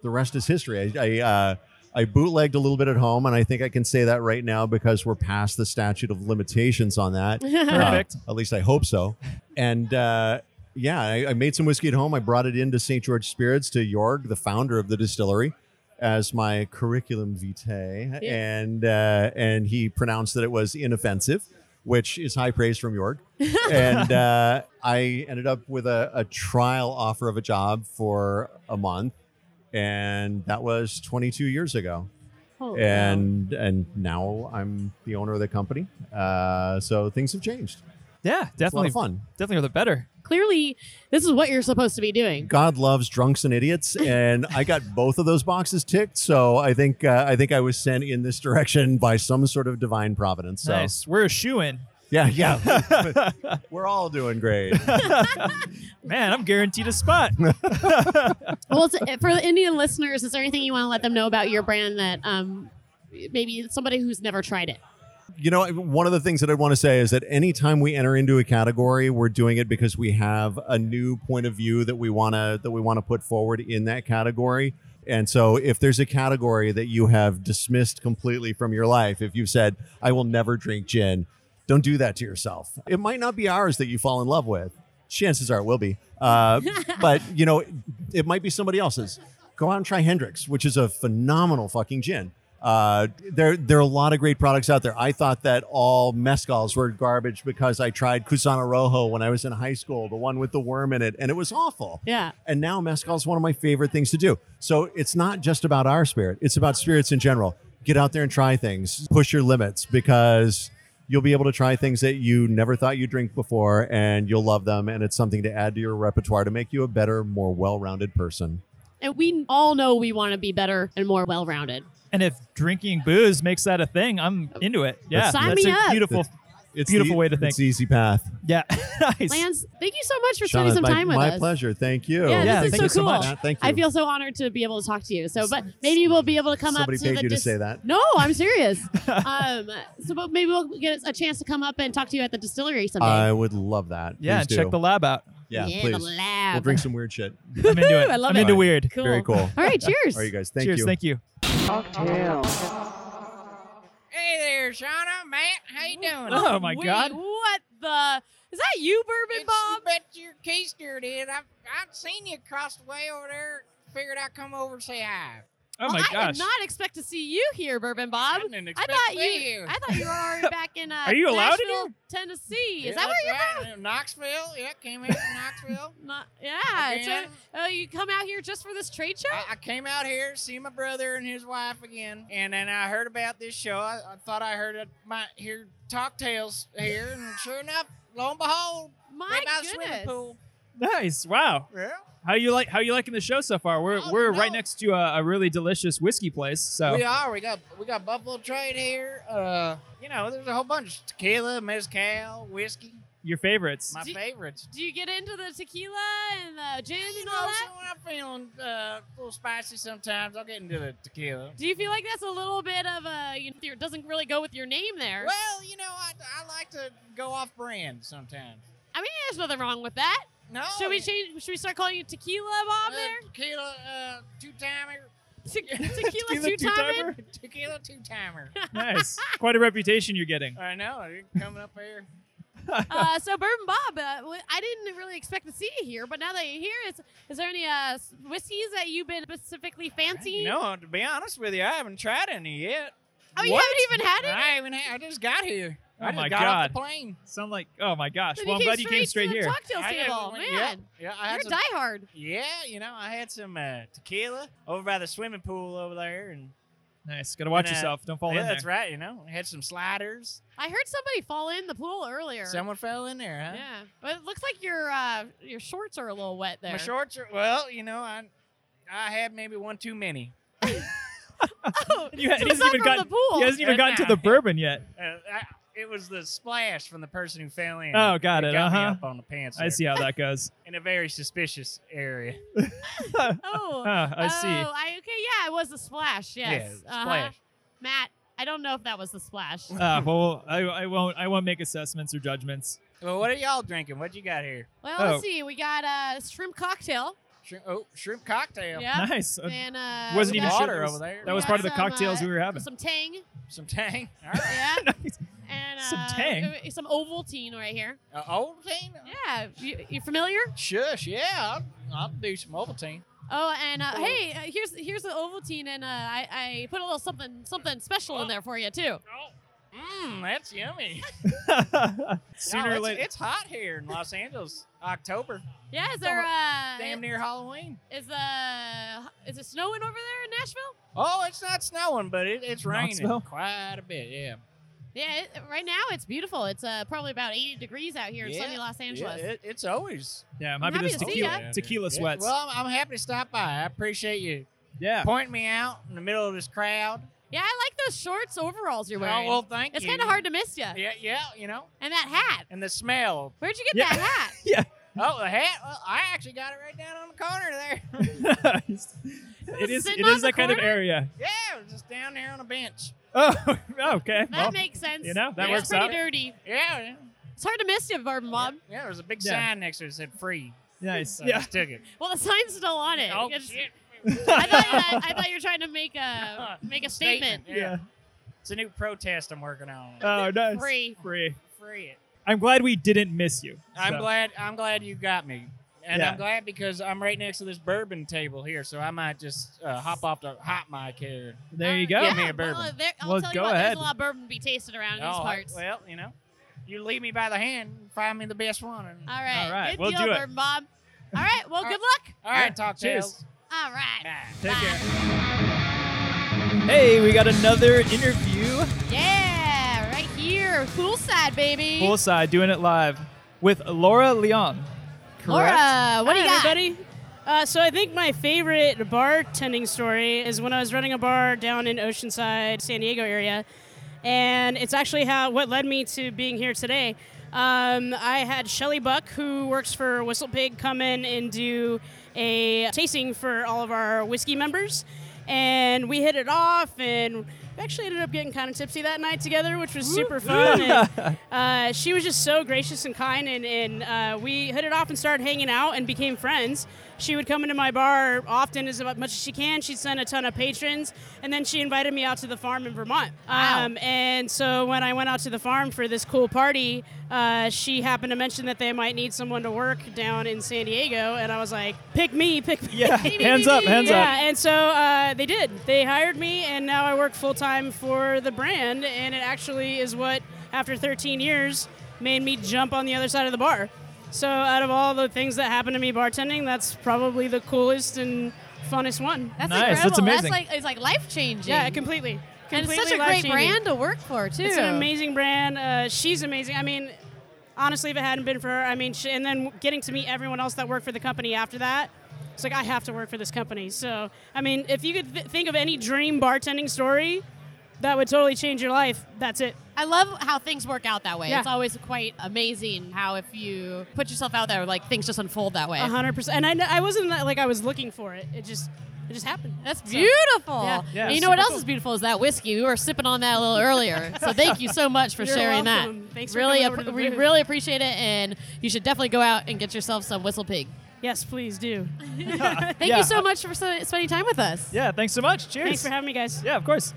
Speaker 7: the rest is history. I I, uh, I bootlegged a little bit at home, and I think I can say that right now because we're past the statute of limitations on that.
Speaker 3: Perfect.
Speaker 7: Uh, at least I hope so. And uh, yeah, I, I made some whiskey at home. I brought it into St. George Spirits to Jorg, the founder of the distillery, as my curriculum vitae, and uh, and he pronounced that it was inoffensive, which is high praise from Jorg. and uh, I ended up with a, a trial offer of a job for a month, and that was 22 years ago
Speaker 10: Holy
Speaker 7: and and now I'm the owner of the company. Uh, so things have changed.
Speaker 3: yeah,
Speaker 7: It's a lot
Speaker 3: definitely.
Speaker 7: of fun.
Speaker 3: Definitely for the better.
Speaker 10: Clearly, this is what you're supposed to be doing.
Speaker 7: God loves drunks and idiots, and I got both of those boxes ticked. So I think uh, I think I was sent in this direction by some sort of divine providence. So
Speaker 3: Nice. We're a shoe in.
Speaker 7: yeah, yeah, we're all doing great.
Speaker 3: Man, I'm guaranteed a spot.
Speaker 10: Well, it's- for the Indian listeners, is there anything you want to let them know about your brand that um, maybe somebody who's never tried it?
Speaker 7: You know, one of the things that I want to say is that anytime we enter into a category, we're doing it because we have a new point of view that we want to that we want to put forward in that category. And so if there's a category that you have dismissed completely from your life, if you've said, I will never drink gin, don't do that to yourself. It might not be ours that you fall in love with. Chances are it will be. Uh, but, you know, it might be somebody else's. Go out and try Hendrix, which is a phenomenal fucking gin. Uh, there, there are a lot of great products out there. I thought that all mezcals were garbage because I tried Cusano Rojo when I was in high school, the one with the worm in it, and it was awful.
Speaker 10: Yeah.
Speaker 7: And now mezcal is one of my favorite things to do. So it's not just about our spirit; it's about spirits in general. Get out there and try things. Push your limits because you'll be able to try things that you never thought you'd drink before, and you'll love them. And it's something to add to your repertoire to make you a better, more well-rounded person.
Speaker 10: And we all know we want to be better and more well rounded.
Speaker 3: and if drinking booze makes that a thing, I'm into it. Yeah.
Speaker 10: Sign
Speaker 3: that's
Speaker 10: me
Speaker 3: a
Speaker 10: up.
Speaker 3: beautiful.
Speaker 7: It's
Speaker 3: Beautiful
Speaker 7: the-
Speaker 3: way to think.
Speaker 7: It's the easy path.
Speaker 3: Yeah. nice.
Speaker 10: Lance, thank you so much for
Speaker 7: Shauna,
Speaker 10: spending some
Speaker 7: my,
Speaker 10: time with
Speaker 7: my
Speaker 10: us.
Speaker 7: pleasure. Thank you.
Speaker 10: Yeah,
Speaker 3: Yeah,
Speaker 10: this
Speaker 3: thank you
Speaker 10: is
Speaker 3: so
Speaker 10: so cool.
Speaker 3: much.
Speaker 7: Matt, thank you.
Speaker 10: I feel so honored to be able to talk to you. So, but maybe we'll be able to come
Speaker 7: Somebody
Speaker 10: up to
Speaker 7: paid
Speaker 10: the
Speaker 7: you to
Speaker 10: dis-
Speaker 7: say that.
Speaker 10: No, I'm serious. um, so, but maybe we'll get a chance to come up and talk to you at the distillery someday.
Speaker 7: I would love that.
Speaker 3: yeah.
Speaker 7: Please do.
Speaker 3: Check the lab out.
Speaker 7: yeah,
Speaker 10: Yeah, the
Speaker 7: please.
Speaker 10: lab.
Speaker 7: We'll drink some weird shit.
Speaker 3: I'm into it.
Speaker 10: I love
Speaker 3: am
Speaker 10: it.
Speaker 3: into weird.
Speaker 10: cool.
Speaker 7: Very cool.
Speaker 10: All right, cheers.
Speaker 7: All right, you guys. Thank
Speaker 3: Cheers.
Speaker 7: you.
Speaker 3: Thank you.
Speaker 1: Cocktail.
Speaker 4: Hey there, Shauna, Matt. How you doing?
Speaker 3: Oh my God.
Speaker 2: What the? Is that you, Bourbon Bob?
Speaker 11: bet your keister did. I've, I've seen you across the way over there. Figured I'd come over and say hi.
Speaker 3: Oh
Speaker 2: Well,
Speaker 3: my
Speaker 2: I
Speaker 3: gosh.
Speaker 2: did not expect to see you here, Bourbon Bob.
Speaker 11: didn't
Speaker 2: I
Speaker 11: expect
Speaker 2: thought
Speaker 11: to see
Speaker 2: you.
Speaker 11: you.
Speaker 2: I thought you were already back in. Uh,
Speaker 3: Are you allowed in
Speaker 2: Nashville, Tennessee? Is
Speaker 11: Yeah,
Speaker 2: that where
Speaker 11: that's
Speaker 2: you're
Speaker 11: right. Yeah, Knoxville. Yeah, came here from Knoxville.
Speaker 2: from? Not- yeah. So,
Speaker 11: Again.
Speaker 2: oh, you come out here just for this trade show?
Speaker 11: I, I came out here, see my brother and his wife again, and then I heard about this show. I, I thought I heard it, might hear talk tales here, and sure enough, lo and behold,
Speaker 2: My
Speaker 11: went by the swimming
Speaker 2: goodness.
Speaker 11: pool.
Speaker 3: Nice. Wow.
Speaker 11: Yeah.
Speaker 3: How you like? How you liking the show so far? We're
Speaker 11: Oh,
Speaker 3: we're
Speaker 11: no.
Speaker 3: right next to a, a really delicious whiskey place. So
Speaker 11: We are. We got we got Buffalo Trade here. Uh, you know, there's a whole bunch: tequila, mezcal, whiskey.
Speaker 3: your favorites.
Speaker 11: My
Speaker 2: Do-
Speaker 11: favorites.
Speaker 2: Do you get into the tequila and the gin
Speaker 11: You
Speaker 2: and
Speaker 11: know,
Speaker 2: all
Speaker 11: so
Speaker 2: that?
Speaker 11: when I'm feeling uh, a little spicy sometimes, I'll get into the tequila.
Speaker 2: Do you feel like that's a little bit of a? You know, it doesn't really go with your name there.
Speaker 11: Well, you know, I, I like to go off brand sometimes.
Speaker 2: I mean, there's nothing wrong with that.
Speaker 11: No.
Speaker 2: should we change? Should we start calling you Tequila Bob
Speaker 11: uh,
Speaker 2: there?
Speaker 11: Tequila uh, two timer.
Speaker 2: Te- tequila
Speaker 3: Tequila
Speaker 2: two timer.
Speaker 11: Tequila two timer.
Speaker 3: nice. Quite a reputation you're getting.
Speaker 11: I know. You're coming up here.
Speaker 10: uh, so Bourbon Bob, uh, w- I didn't really expect to see you here, but now that you're here, is is there any uh, s- whiskeys that you've been specifically fancying?
Speaker 11: You know, to be honest with you, I haven't tried any yet.
Speaker 10: Oh, you
Speaker 3: What?
Speaker 10: haven't even had it.
Speaker 11: I haven't. ha- I just got here.
Speaker 3: Oh
Speaker 11: I just
Speaker 3: my
Speaker 11: got off the
Speaker 3: God.
Speaker 11: plane.
Speaker 3: Sound like oh my gosh.
Speaker 10: Then
Speaker 3: Well, I'm glad you came straight
Speaker 10: to
Speaker 3: here.
Speaker 10: The cocktail
Speaker 11: I
Speaker 10: table,
Speaker 11: haven't- yeah,
Speaker 10: man.
Speaker 11: Yeah, I had
Speaker 10: You're
Speaker 11: some-
Speaker 10: diehard.
Speaker 11: Yeah, you know, I had some uh, tequila over by the swimming pool over there, and
Speaker 3: Nice. Gotta watch
Speaker 11: And, uh,
Speaker 3: yourself. Don't fall
Speaker 11: yeah,
Speaker 3: in
Speaker 11: that's
Speaker 3: there.
Speaker 11: right. You know, I had some sliders.
Speaker 10: I heard somebody fall in the pool earlier.
Speaker 11: Someone fell in there, huh?
Speaker 10: yeah, but it looks like your uh, your shorts are a little wet there.
Speaker 11: My shorts are well. You know, I I had maybe one too many.
Speaker 10: Oh,
Speaker 3: You ha-
Speaker 10: so
Speaker 3: he
Speaker 10: it's
Speaker 3: hasn't
Speaker 10: not
Speaker 3: even
Speaker 10: from
Speaker 3: gotten-
Speaker 10: the pool.
Speaker 3: He hasn't even
Speaker 11: Right
Speaker 3: gotten to
Speaker 11: now.
Speaker 3: the bourbon yet.
Speaker 11: Uh, I, it was the splash from the person who fell in.
Speaker 3: Oh, got
Speaker 11: It
Speaker 3: it.
Speaker 11: got
Speaker 3: Uh
Speaker 11: me
Speaker 3: huh.
Speaker 11: up on the pants.
Speaker 3: I
Speaker 11: there,
Speaker 3: see how that goes.
Speaker 11: In a very suspicious area.
Speaker 10: Oh,
Speaker 3: Ah, I see.
Speaker 10: Oh, I, okay, yeah, it was a splash. Yes,
Speaker 11: Yeah,
Speaker 10: Uh-huh.
Speaker 11: splash.
Speaker 10: Matt, I don't know if that was the splash.
Speaker 3: Ah, well, I, I won't. I won't make assessments or judgments.
Speaker 11: Well, what are y'all drinking? What you got here?
Speaker 10: Well,
Speaker 3: Oh.
Speaker 10: let's see. We got a uh, shrimp cocktail.
Speaker 11: Shrimp, oh, shrimp cocktail.
Speaker 10: Yeah.
Speaker 3: Nice. Uh,
Speaker 10: And uh,
Speaker 3: Wasn't
Speaker 10: we
Speaker 3: even
Speaker 10: got
Speaker 3: sure
Speaker 11: water
Speaker 3: that was-
Speaker 11: over there.
Speaker 3: that was
Speaker 10: got
Speaker 3: part of the
Speaker 10: some,
Speaker 3: cocktails
Speaker 10: uh,
Speaker 3: we were having.
Speaker 10: some Tang.
Speaker 11: Some tang. All right.
Speaker 10: Yeah.
Speaker 3: Nice.
Speaker 10: and uh,
Speaker 3: Some Tang?
Speaker 10: uh, Some Ovaltine right here.
Speaker 11: Uh, Ovaltine?
Speaker 10: Yeah. You, you familiar?
Speaker 11: Shush. Yeah, I'll, I'll do some Ovaltine.
Speaker 10: Oh, and uh, hey, uh, here's here's the Ovaltine, and uh, I, I put a little something something special
Speaker 11: Oh.
Speaker 10: in there for you too.
Speaker 11: Mmm, that's yummy. Y'all,
Speaker 3: Sooner
Speaker 11: it's,
Speaker 3: or later.
Speaker 11: it's hot here in Los Angeles. October,
Speaker 10: Yeah. Is there
Speaker 11: damn
Speaker 10: uh,
Speaker 11: near Halloween.
Speaker 10: is uh, is it snowing over there in Nashville?
Speaker 11: Oh, it's not snowing, but it, it's raining
Speaker 3: Knoxville?
Speaker 11: quite a bit. Yeah.
Speaker 10: Yeah, it, right now it's beautiful. It's uh, probably about 80 degrees out here in
Speaker 11: Yeah,
Speaker 10: sunny Los Angeles.
Speaker 11: Yeah, it, it's always.
Speaker 3: yeah, might be
Speaker 10: happy
Speaker 3: this
Speaker 10: to see
Speaker 3: tequila,
Speaker 11: ya.
Speaker 3: tequila
Speaker 11: Yeah,
Speaker 3: sweats.
Speaker 11: well, I'm, I'm happy to stop by. I appreciate you
Speaker 3: yeah.
Speaker 11: pointing me out in the middle of this crowd.
Speaker 10: yeah, I like those shorts overalls you're
Speaker 11: Oh,
Speaker 10: wearing.
Speaker 11: well, thank
Speaker 10: it's
Speaker 11: you.
Speaker 10: kind of hard to miss you.
Speaker 11: Yeah, yeah, you know,
Speaker 10: And that hat.
Speaker 11: and the smell.
Speaker 10: Where'd you get
Speaker 3: Yeah.
Speaker 10: that hat?
Speaker 11: Oh, the hat. Well, I actually got it right down on the corner there.
Speaker 3: Nice. It is.
Speaker 10: sitting
Speaker 3: It
Speaker 10: on
Speaker 3: is
Speaker 10: the
Speaker 3: that kind of
Speaker 10: corner?
Speaker 3: area.
Speaker 11: yeah, it was just down there on a bench.
Speaker 3: Oh. Okay.
Speaker 10: That
Speaker 3: Well,
Speaker 10: makes sense.
Speaker 3: you know, that
Speaker 10: It's
Speaker 3: works
Speaker 10: pretty
Speaker 3: out.
Speaker 10: dirty.
Speaker 11: Yeah, yeah.
Speaker 10: It's hard to miss you, Bourbon Bob.
Speaker 11: Yeah, there was a big
Speaker 3: Yeah.
Speaker 11: sign next to it that said free.
Speaker 3: nice.
Speaker 11: So I
Speaker 3: Yeah.
Speaker 11: just took it.
Speaker 10: Well, the sign's still on it.
Speaker 11: Oh,
Speaker 10: It's-
Speaker 11: shit.
Speaker 10: I, thought, uh, I, I thought you were trying to make a make a statement.
Speaker 11: Yeah.
Speaker 3: Yeah.
Speaker 11: It's a new protest I'm working on.
Speaker 3: Oh, nice.
Speaker 10: Free.
Speaker 3: Free.
Speaker 11: Free it.
Speaker 3: I'm glad we didn't miss you.
Speaker 11: I'm
Speaker 3: So,
Speaker 11: glad I'm glad you got me. And
Speaker 3: Yeah.
Speaker 11: I'm glad because I'm right next to this bourbon table here, so I might just uh, hop off the hot mic here.
Speaker 3: There you
Speaker 10: Uh,
Speaker 3: go.
Speaker 10: Yeah,
Speaker 11: me a
Speaker 10: Well,
Speaker 11: bourbon.
Speaker 10: there, I'll
Speaker 3: Well,
Speaker 10: tell you
Speaker 3: go
Speaker 10: what,
Speaker 3: ahead.
Speaker 10: there's a lot of bourbon to be tasted around in these
Speaker 11: Oh,
Speaker 10: parts.
Speaker 11: Well, you know, you lead me by the hand, and find me the best one. And,
Speaker 10: All right.
Speaker 3: All right,
Speaker 10: Good
Speaker 3: we'll
Speaker 10: deal,
Speaker 3: do it.
Speaker 10: Bourbon Bob. All right. Well, good luck.
Speaker 11: all right, talk
Speaker 3: Cheers.
Speaker 11: tales.
Speaker 10: All right.
Speaker 11: Bye.
Speaker 3: Take
Speaker 10: Bye.
Speaker 3: care. Hey, we got another interview.
Speaker 10: Yeah, right here, poolside, baby.
Speaker 3: Poolside doing it live with Laura Leon. Correct.
Speaker 2: Laura, what do you
Speaker 12: Hi,
Speaker 2: got?
Speaker 12: everybody. Uh, so I think my favorite bartending story is when I was running a bar down in Oceanside, San Diego area, and it's actually how what led me to being here today. Um, I had Shelly Buck, who works for Whistle Pig, come in and do a tasting for all of our whiskey members, and we hit it off, and we actually ended up getting kind of tipsy that night together, which was super fun. and, uh, she was just so gracious and kind, and, and uh, we hit it off and started hanging out and became friends. She would come into my bar often as much as she can. She'd send a ton of patrons, and then she invited me out to the farm in Vermont. Um, and so when I went out to the farm for this cool party, uh, she happened to mention that they might need someone to work down in San Diego, and I was like, "Pick me, pick me."
Speaker 3: Yeah. hands up. Hands
Speaker 12: yeah,
Speaker 3: up.
Speaker 12: and so uh, they did. They hired me, and now I work full time for the brand, and it actually is what, after 13 years, made me jump on the other side of the bar. So, out of all the things that happened to me bartending, that's probably the coolest and funnest one.
Speaker 2: That's
Speaker 3: Nice, that's
Speaker 2: incredible.
Speaker 3: amazing.
Speaker 2: like it's like life changing.
Speaker 12: Yeah, completely.
Speaker 2: and it's
Speaker 12: completely
Speaker 2: such a great
Speaker 12: life-changing.
Speaker 2: brand to work for too.
Speaker 12: It's an amazing brand. Uh, she's amazing. I mean, honestly, if it hadn't been for her, I mean, she, and then getting to meet everyone else that worked for the company after that, it's like I have to work for this company. So, I mean, if you could th- think of any dream bartending story that would totally change your life, that's it.
Speaker 2: I love how things work out that way.
Speaker 12: Yeah.
Speaker 2: It's always quite amazing how if you put yourself out there, like things just unfold that way.
Speaker 12: A hundred percent. And I, kn- I wasn't like I was looking for it. It just, it just happened.
Speaker 2: That's
Speaker 12: So-
Speaker 2: beautiful.
Speaker 12: Yeah.
Speaker 3: Yeah,
Speaker 2: And you know what
Speaker 3: super
Speaker 2: else is beautiful is that whiskey. We were sipping on that a little earlier. so thank you so much for
Speaker 12: You're
Speaker 2: sharing
Speaker 12: welcome.
Speaker 2: that.
Speaker 12: Thanks for
Speaker 2: really,
Speaker 12: coming over to the
Speaker 2: we
Speaker 12: booth.
Speaker 2: really appreciate it, and you should definitely go out and get yourself some Whistle Pig.
Speaker 12: Yes, please do.
Speaker 2: Thank
Speaker 3: Yeah.
Speaker 2: you so much for so- spending time with us.
Speaker 3: Yeah. Thanks so much. Cheers.
Speaker 12: Thanks for having me, guys.
Speaker 3: yeah, of course.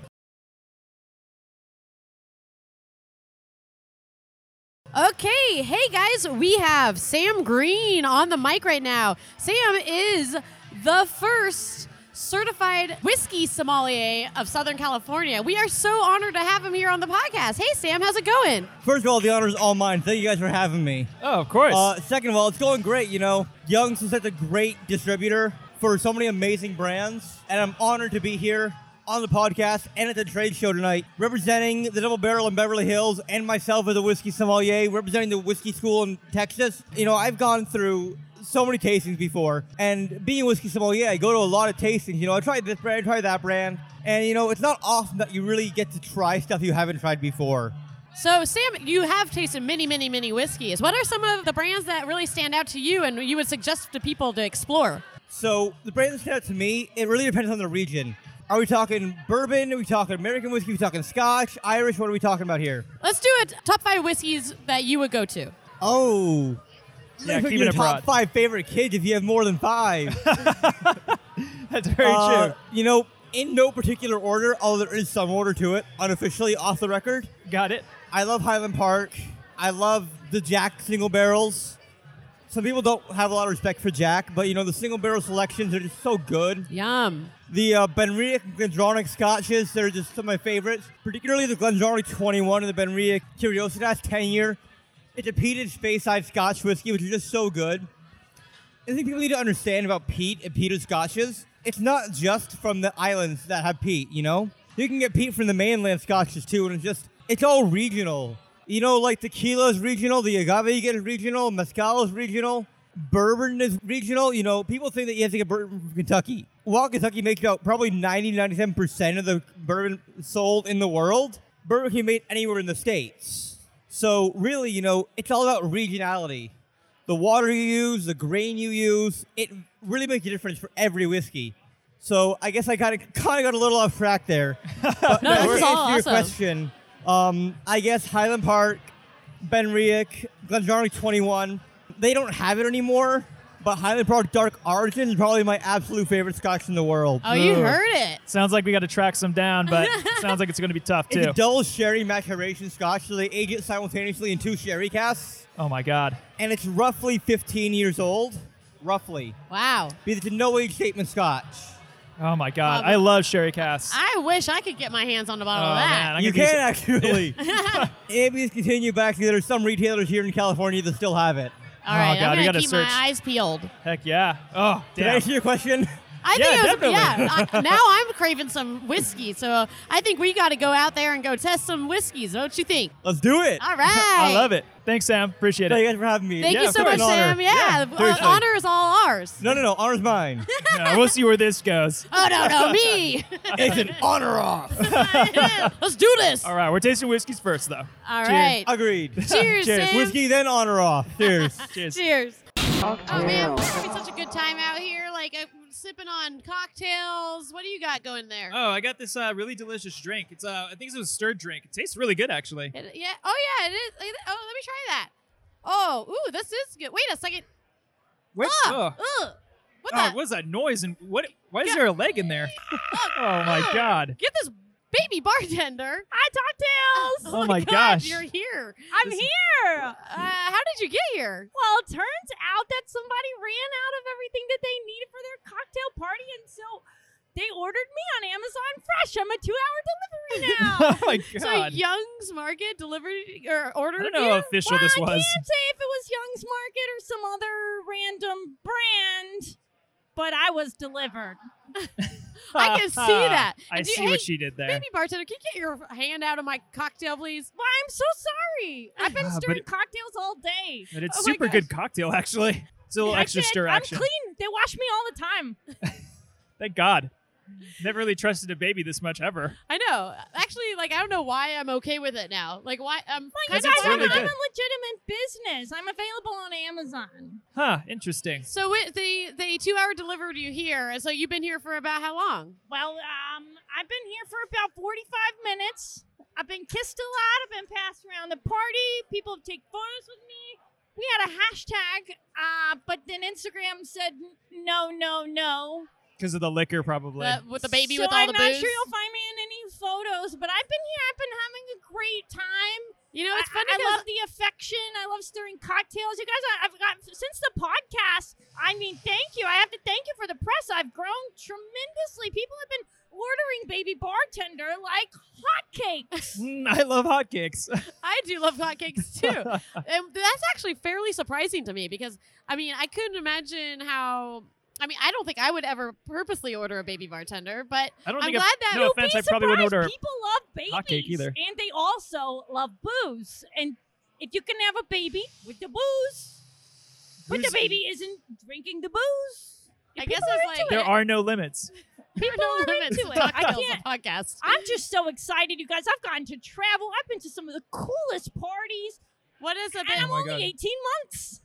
Speaker 2: Okay, hey guys, we have Sam Green on the mic right now. Sam is the first certified whiskey sommelier of Southern California. We are so honored to have him here on the podcast. Hey Sam, how's it going?
Speaker 13: First of all, the honor is all mine. Thank you guys for having me.
Speaker 3: Oh, of course.
Speaker 13: Uh, second of all, it's going great. You know, Young's is such a great distributor for so many amazing brands, and I'm honored to be here on the podcast and at the trade show tonight, representing the Double Barrel in Beverly Hills and myself as a whiskey sommelier, representing the whiskey school in Texas. You know, I've gone through so many tastings before, and being a whiskey sommelier, I go to a lot of tastings. You know, I tried this brand, I tried that brand, and you know, it's not often that you really get to try stuff you haven't tried before.
Speaker 2: So Sam, you have tasted many, many, many whiskeys. What are some of the brands that really stand out to you and you would suggest to people to explore?
Speaker 13: So the brand that stood out to me, it really depends on the region. Are we talking bourbon? Are we talking American whiskey? Are we talking Scotch, Irish? What are we talking about here?
Speaker 2: Let's do a top five whiskeys that you would go to.
Speaker 13: Oh,
Speaker 3: Yeah,
Speaker 13: You pick
Speaker 3: keep
Speaker 13: your
Speaker 3: it
Speaker 13: top
Speaker 3: abroad.
Speaker 13: five favorite kids if you have more than five.
Speaker 3: That's very
Speaker 13: Uh,
Speaker 3: true.
Speaker 13: You know, in no particular order, although there is some order to it, unofficially off the record.
Speaker 3: Got it.
Speaker 13: I love Highland Park. I love the Jack single barrels. Some people don't have a lot of respect for Jack, but you know the single barrel selections are just so good.
Speaker 2: Yum.
Speaker 13: The uh, Benriach and Glendronach scotches, they're just some of my favorites, particularly the Glendronach 21 and the Benriach Curiositas 10 year. It's a peated space side scotch whiskey, which is just so good. I think people need to understand about peat and peated scotches. It's not just from the islands that have peat, you know? You can get peat from the mainland scotches too, and it's just, it's all regional. You know, like tequila is regional, the agave you get is regional, mezcal is regional, bourbon is regional. You know, people think that you have to get bourbon from Kentucky. While Kentucky makes out probably 90, 97% of the bourbon sold in the world, bourbon can be made anywhere in the States. So, really, you know, it's all about regionality the water you use, the grain you use, it really makes a difference for every whiskey. So I guess I kind of kind of got a little off track there. But
Speaker 2: No, this is
Speaker 13: to answer
Speaker 2: all
Speaker 13: your
Speaker 2: awesome.
Speaker 13: question, um, I guess Highland Park, Benriach, Glenjarnock 21, they don't have it anymore. But Highland Park Dark Origin is probably my absolute favorite scotch in the world.
Speaker 2: Oh, you
Speaker 3: Ooh.
Speaker 2: heard it.
Speaker 3: Sounds like we got to track some down, but it sounds like it's going to be tough
Speaker 13: it's
Speaker 3: too.
Speaker 13: a double sherry maturation scotch, so they age it simultaneously in two sherry casks,
Speaker 3: Oh my God.
Speaker 13: and it's roughly 15 years old, roughly.
Speaker 2: Wow.
Speaker 13: Because it's a no age statement scotch.
Speaker 3: Oh my God.
Speaker 2: Um,
Speaker 3: I love sherry casks.
Speaker 2: I wish I could get my hands on a bottle
Speaker 3: Oh,
Speaker 2: of that.
Speaker 3: man, I'm
Speaker 13: you
Speaker 3: gonna
Speaker 13: can
Speaker 3: be
Speaker 13: actually. Maybe it's continued back to there's some retailers here in California that still have it.
Speaker 2: All
Speaker 3: Oh,
Speaker 2: right,
Speaker 3: God,
Speaker 2: I'm gonna
Speaker 3: we gotta
Speaker 2: keep
Speaker 3: search.
Speaker 2: my eyes peeled.
Speaker 3: Heck yeah. Oh,
Speaker 13: Did I
Speaker 3: damn.
Speaker 13: answer your question?
Speaker 2: I
Speaker 3: Yeah,
Speaker 2: think it was,
Speaker 3: definitely.
Speaker 2: yeah. I, now I'm craving some whiskey, so I think we got to go out there and go test some whiskeys. Don't you think?
Speaker 13: Let's do it.
Speaker 2: All right.
Speaker 3: I love it. Thanks, Sam. Appreciate
Speaker 13: Thank
Speaker 3: it.
Speaker 13: you guys for having me.
Speaker 2: Thank
Speaker 3: Yeah,
Speaker 2: you
Speaker 3: of
Speaker 2: so
Speaker 3: course.
Speaker 2: much,
Speaker 13: Honor.
Speaker 2: Sam. Yeah,
Speaker 13: Yeah,
Speaker 2: the
Speaker 13: seriously.
Speaker 2: honor is all ours.
Speaker 13: No, no, no. Honor's mine.
Speaker 3: No, we'll see where this goes.
Speaker 2: Oh no, no, me.
Speaker 13: it's an honor off.
Speaker 2: Let's do this.
Speaker 3: All right, we're tasting whiskeys first, though.
Speaker 2: All right.
Speaker 13: Agreed.
Speaker 2: Cheers,
Speaker 3: Cheers.
Speaker 2: Sam.
Speaker 13: Whiskey, then honor off. Cheers.
Speaker 3: Cheers.
Speaker 2: Cheers. Oh
Speaker 1: Cocktail.
Speaker 2: man, it's gonna be such a good time out here. Like uh, sipping on cocktails. What do you got going there?
Speaker 3: Oh, I got this uh, really delicious drink. It's uh, I think it's a stirred drink. It tastes really good, actually.
Speaker 2: It- yeah. Oh yeah, it is. Oh, let me try that. Oh, ooh, this is good. Wait a second.
Speaker 3: What?
Speaker 2: Ugh,
Speaker 3: Oh,
Speaker 2: ugh. What
Speaker 3: oh,
Speaker 2: the?
Speaker 3: what is that noise? And what? Why is there a leg in there? Oh my
Speaker 2: ugh.
Speaker 3: god.
Speaker 2: Get this baby bartender.
Speaker 12: Hi, Cocktails!
Speaker 3: Oh my
Speaker 2: God,
Speaker 3: gosh.
Speaker 2: You're here.
Speaker 12: I'm here!
Speaker 2: Uh, how did you get here?
Speaker 12: Well, it turns out that somebody ran out of everything that they needed for their cocktail party, and so they ordered me on Amazon Fresh. I'm a two hour delivery now.
Speaker 3: Oh my
Speaker 2: So
Speaker 3: god.
Speaker 2: Young's Market delivered or
Speaker 3: I
Speaker 2: ordered
Speaker 3: don't know how official
Speaker 12: well,
Speaker 3: this
Speaker 12: I
Speaker 3: was.
Speaker 12: can't say if it was Young's Market or some other random brand, but I was delivered.
Speaker 2: I can see that.
Speaker 3: I
Speaker 2: And do-
Speaker 3: see
Speaker 2: hey,
Speaker 3: what she did there.
Speaker 2: Baby bartender, can you get your hand out of my cocktail, please?
Speaker 12: Why, I'm so sorry. I've been
Speaker 3: Ah, but
Speaker 12: stirring
Speaker 3: it-
Speaker 12: cocktails all day.
Speaker 3: But it's
Speaker 12: Oh my
Speaker 3: super good cocktail, actually. It's a little
Speaker 12: Actually,
Speaker 3: extra
Speaker 12: I-
Speaker 3: stir
Speaker 12: I'm
Speaker 3: action.
Speaker 12: clean. They wash me all the time.
Speaker 3: Thank God. Never really trusted a baby this much ever.
Speaker 2: I know. Actually, like I don't know why I'm okay with it now. Like why I'm
Speaker 12: Like,
Speaker 3: Because
Speaker 12: you
Speaker 2: kinda
Speaker 3: it's
Speaker 12: guys, I'm,
Speaker 3: really
Speaker 12: I'm
Speaker 3: good.
Speaker 12: a legitimate business. I'm available on Amazon.
Speaker 3: Huh? Interesting.
Speaker 2: So it, they they two hour delivered you here, and so you've been here for about how long?
Speaker 12: Well, um, I've been here for about 45 minutes. I've been kissed a lot. I've been passed around the party. People have taken photos with me. We had a hashtag, uh, but then Instagram said n- no, no, no.
Speaker 3: Because of the liquor, probably.
Speaker 2: The- with the baby
Speaker 12: so
Speaker 2: with all
Speaker 12: I'm not
Speaker 2: the booze.
Speaker 12: sure you'll find me in any photos, but I've been here. I've been having a great time.
Speaker 14: You know, it's funny. I, love the affection. I love stirring cocktails. You guys, I, I've got since the podcast. I mean, thank you. I have to thank you for the press. I've grown tremendously. People have been ordering baby bartender like hotcakes.
Speaker 3: I love hotcakes.
Speaker 10: I do love hotcakes too. and that's actually fairly surprising to me because I mean, I couldn't imagine how I mean, I don't think I would ever purposely order a baby bartender, but
Speaker 3: I don't
Speaker 10: am
Speaker 3: think I've-
Speaker 10: glad that
Speaker 3: no
Speaker 10: You'll
Speaker 3: offense,
Speaker 10: be
Speaker 3: I probably wouldn't
Speaker 10: surprised.
Speaker 3: order a
Speaker 14: People love babies,
Speaker 3: hotcake either.
Speaker 14: and they also love booze. And if you can have a baby with the booze, but the
Speaker 3: Booze-
Speaker 14: baby isn't drinking the booze.
Speaker 2: I
Speaker 14: And
Speaker 2: guess
Speaker 14: people
Speaker 2: it's
Speaker 14: are into
Speaker 2: like-
Speaker 14: it.
Speaker 3: There are no limits.
Speaker 14: People are into it.
Speaker 2: Talk
Speaker 14: I
Speaker 2: Tales,
Speaker 14: can't.
Speaker 2: the podcast.
Speaker 14: I'm just so excited, you guys. I've gotten to travel. I've been to some of the coolest parties.
Speaker 2: What is it?
Speaker 14: And I'm
Speaker 3: Oh
Speaker 14: only
Speaker 3: my God.
Speaker 14: 18 months.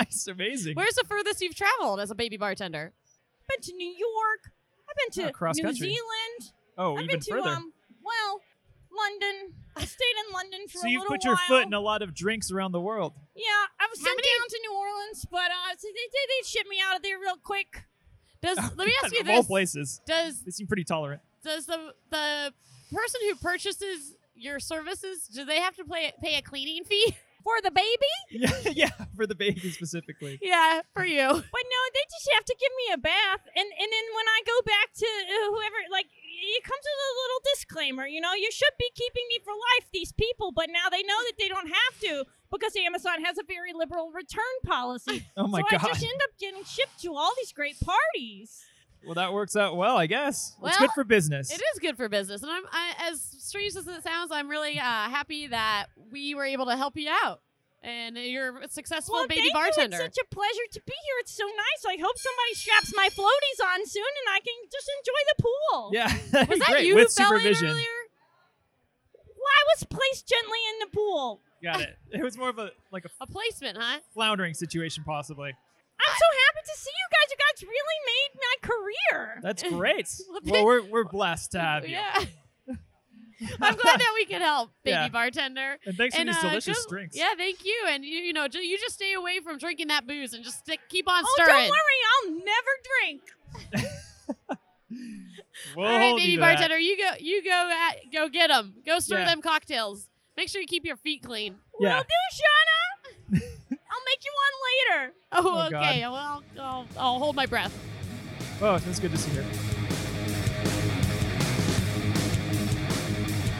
Speaker 3: it's amazing.
Speaker 2: Where's the furthest you've traveled as a baby bartender?
Speaker 14: I've been to New York. I've been to
Speaker 3: Oh, cross
Speaker 14: New
Speaker 3: country.
Speaker 14: Zealand.
Speaker 3: Oh,
Speaker 14: I've
Speaker 3: even
Speaker 14: been to
Speaker 3: further.
Speaker 14: um, well, London. I stayed in London for
Speaker 3: so
Speaker 14: a
Speaker 3: you've
Speaker 14: little
Speaker 3: put your
Speaker 14: while.
Speaker 3: foot in a lot of drinks around the world.
Speaker 14: Yeah, I was sent down to New Orleans, but uh, so they, they they shipped me out of there real quick.
Speaker 2: Does let me ask you
Speaker 3: Of all
Speaker 2: this:
Speaker 3: places.
Speaker 2: Does
Speaker 3: They seem pretty tolerant.
Speaker 2: does the the person who purchases your services do they have to pay pay a cleaning fee?
Speaker 14: For the baby?
Speaker 3: Yeah, yeah, for the baby specifically.
Speaker 2: Yeah, for you.
Speaker 14: But no, they just have to give me a bath, and and then when I go back to uh, whoever, like it comes with a little disclaimer, you know, you should be keeping me for life, these people, but now they know that they don't have to because Amazon has a very liberal return policy.
Speaker 3: Oh my
Speaker 14: so I just
Speaker 3: God.
Speaker 14: end up getting shipped to all these great parties.
Speaker 3: Well, that works out well, I guess. it's
Speaker 2: Well,
Speaker 3: good for business.
Speaker 2: It is good for business, and I'm I, as strange as it sounds, I'm really uh, happy that we were able to help you out, and you're a successful
Speaker 14: Well,
Speaker 2: baby
Speaker 14: thank
Speaker 2: bartender.
Speaker 14: You. It's such a pleasure to be here. It's so nice. I hope somebody straps my floaties on soon, and I can just enjoy the pool.
Speaker 3: Yeah, that'd
Speaker 2: Was
Speaker 3: be
Speaker 2: that
Speaker 3: great
Speaker 2: you
Speaker 3: with
Speaker 2: who fell in
Speaker 3: supervision.
Speaker 2: earlier?
Speaker 14: Well, I was placed gently in the pool.
Speaker 3: Got it. It was more of a like a
Speaker 2: A placement, huh?
Speaker 3: floundering situation, possibly.
Speaker 14: I'm so happy to see you guys. You guys really made my career.
Speaker 3: That's great.
Speaker 2: Well,
Speaker 3: well, we're we're blessed to have you.
Speaker 2: Yeah. I'm glad that we could help, baby
Speaker 3: Yeah.
Speaker 2: bartender.
Speaker 3: And thanks for these delicious
Speaker 2: good-
Speaker 3: drinks.
Speaker 2: Yeah, thank you. And you, you know, ju- you just stay away from drinking that booze and just stick, keep on
Speaker 14: Oh,
Speaker 2: stirring.
Speaker 14: don't worry. I'll never drink.
Speaker 3: We'll
Speaker 2: All right,
Speaker 3: hold you
Speaker 2: baby
Speaker 3: to that.
Speaker 2: bartender, you go, you go, at, go get them. Go stir
Speaker 3: Yeah.
Speaker 2: them cocktails. Make sure you keep your feet clean.
Speaker 3: Yeah.
Speaker 14: Will do, Shauna. I'll make you one later.
Speaker 2: Oh,
Speaker 3: Oh, God.
Speaker 2: okay. Well, I'll, I'll, I'll hold my breath.
Speaker 3: Oh, that's good to see you.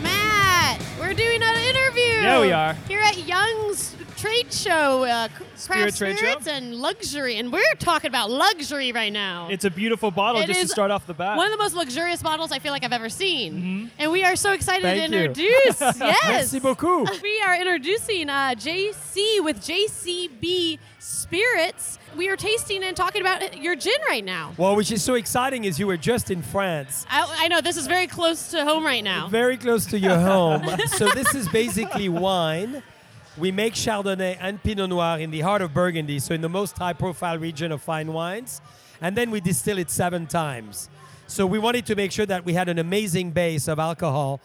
Speaker 2: Matt, we're doing an interview.
Speaker 3: Yeah, we are.
Speaker 2: Here at Young's Trade Show, uh, c-
Speaker 3: Spirit
Speaker 2: Craft
Speaker 3: Trade Show?
Speaker 2: Spirits and Luxury. And we're talking about luxury right now.
Speaker 3: It's a beautiful bottle
Speaker 2: It
Speaker 3: just to
Speaker 2: is
Speaker 3: start off the bat. Mm-hmm.
Speaker 2: one of the most luxurious bottles I feel like I've ever seen. And we are so excited
Speaker 3: Thank
Speaker 2: to
Speaker 3: you.
Speaker 2: introduce. yes.
Speaker 3: Merci beaucoup.
Speaker 2: We are introducing uh, JC with JCB Spirits. We are tasting and talking about your gin right now.
Speaker 15: Well, which is so exciting is you were just in France,
Speaker 2: I, I know this is very close to home right now.
Speaker 15: very close to your home. so this is basically wine. We make Chardonnay and Pinot Noir in the heart of Burgundy, so in the most high-profile region of fine wines, and then we distill it seven times. So we wanted to make sure that we had an amazing base of alcohol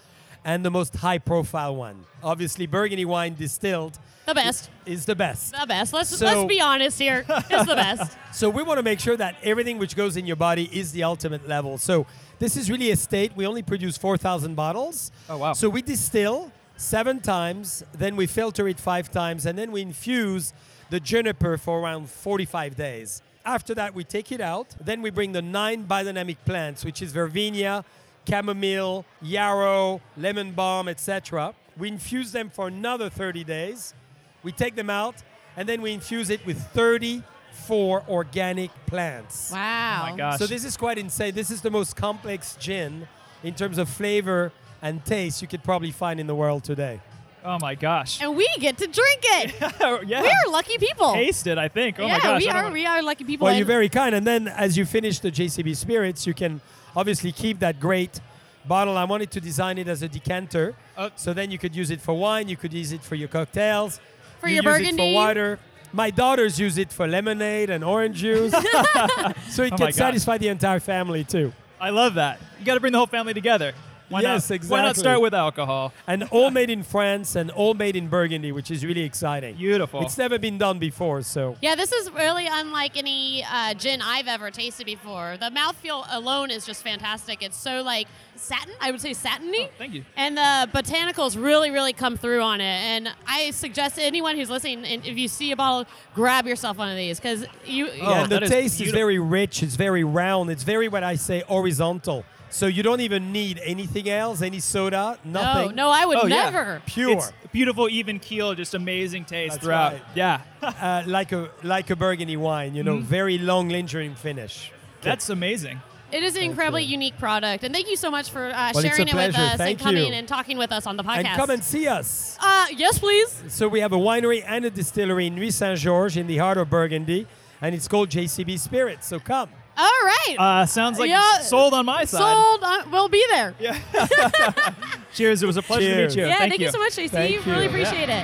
Speaker 15: and the most high-profile one. Obviously, Burgundy wine distilled
Speaker 2: The best.
Speaker 15: is the best.
Speaker 2: The best. Let's
Speaker 15: So-
Speaker 2: let's be honest here. It's the best.
Speaker 15: So we want to make sure that everything which goes in your body is the ultimate level. So this is really a state. We only produce 4,000 bottles.
Speaker 3: Oh, wow.
Speaker 15: So we distill seven times, then we filter it five times, and then we infuse the juniper for around 45 days. After that, we take it out. Then we bring the nine biodynamic plants, which is vervenia, chamomile, yarrow, lemon balm, etc. We infuse them for another 30 days. We take them out, and then we infuse it with 34 organic plants.
Speaker 2: Wow.
Speaker 3: Oh my gosh.
Speaker 15: So this is quite insane. This is the most complex gin in terms of flavor and taste you could probably find in the world today.
Speaker 3: Oh my gosh.
Speaker 2: And we get to drink it.
Speaker 3: yeah.
Speaker 2: We are lucky people.
Speaker 3: Taste it, I think. Oh
Speaker 2: yeah,
Speaker 3: my gosh.
Speaker 2: we
Speaker 3: I don't
Speaker 2: are
Speaker 3: know.
Speaker 2: we are lucky people.
Speaker 15: Well,
Speaker 2: And
Speaker 15: you're very kind. And then as you finish the JCB Spirits, you can obviously keep that great bottle. I wanted to design it as a decanter.
Speaker 3: Oh.
Speaker 15: So then you could use it for wine, you could use it for your cocktails,
Speaker 2: For
Speaker 15: you
Speaker 2: your
Speaker 15: use it
Speaker 2: burgundy.
Speaker 15: for water. My daughters use it for lemonade and orange juice. so it
Speaker 3: Oh my
Speaker 15: can
Speaker 3: gosh.
Speaker 15: satisfy the entire family too.
Speaker 3: I love that. You got to bring the whole family together. Why
Speaker 15: Yes,
Speaker 3: not? Why not
Speaker 15: exactly.
Speaker 3: start with alcohol?
Speaker 15: and all made in France and all made in Burgundy, which is really exciting.
Speaker 3: Beautiful.
Speaker 15: It's never been done before, so
Speaker 2: yeah, this is really unlike any uh, gin I've ever tasted before. The mouthfeel alone is just fantastic. It's so like satin. I would say satiny.
Speaker 3: Oh, Thank you.
Speaker 2: And uh, the botanicals really, really come through on it. And I suggest anyone who's listening, and if you see a bottle, grab yourself one of these because you.
Speaker 15: yeah, and the taste is, very rich. It's very round. It's very what I say horizontal. So you don't even need anything else, any soda, nothing.
Speaker 2: no, I would
Speaker 15: Oh, yeah.
Speaker 2: never.
Speaker 15: Pure.
Speaker 3: It's beautiful, even keel, just amazing taste
Speaker 15: That's
Speaker 3: throughout.
Speaker 15: right.
Speaker 3: Yeah.
Speaker 15: uh, like a like a burgundy wine, you know,
Speaker 3: Mhm.
Speaker 15: very long lingering finish.
Speaker 3: That's amazing.
Speaker 2: It is an incredibly unique product, and thank you so much for uh,
Speaker 15: Well, it's
Speaker 2: sharing
Speaker 15: a
Speaker 2: it with
Speaker 15: pleasure.
Speaker 2: us
Speaker 15: Thank
Speaker 2: and coming
Speaker 15: you.
Speaker 2: and talking with us on the podcast.
Speaker 15: And come and see us.
Speaker 2: uh, yes, please.
Speaker 15: So we have a winery and a distillery in Nuit Saint Georges in the heart of Burgundy, and it's called JCB Spirits. So come.
Speaker 2: All right.
Speaker 3: Uh, sounds like
Speaker 2: Yeah.
Speaker 3: you sold on my side.
Speaker 2: Sold. On, we'll be there.
Speaker 3: Yeah. Cheers. It was a pleasure
Speaker 15: Cheers.
Speaker 3: to meet you.
Speaker 2: Yeah, thank you so much, JC.
Speaker 3: Thank
Speaker 2: Really
Speaker 3: you.
Speaker 2: appreciate it.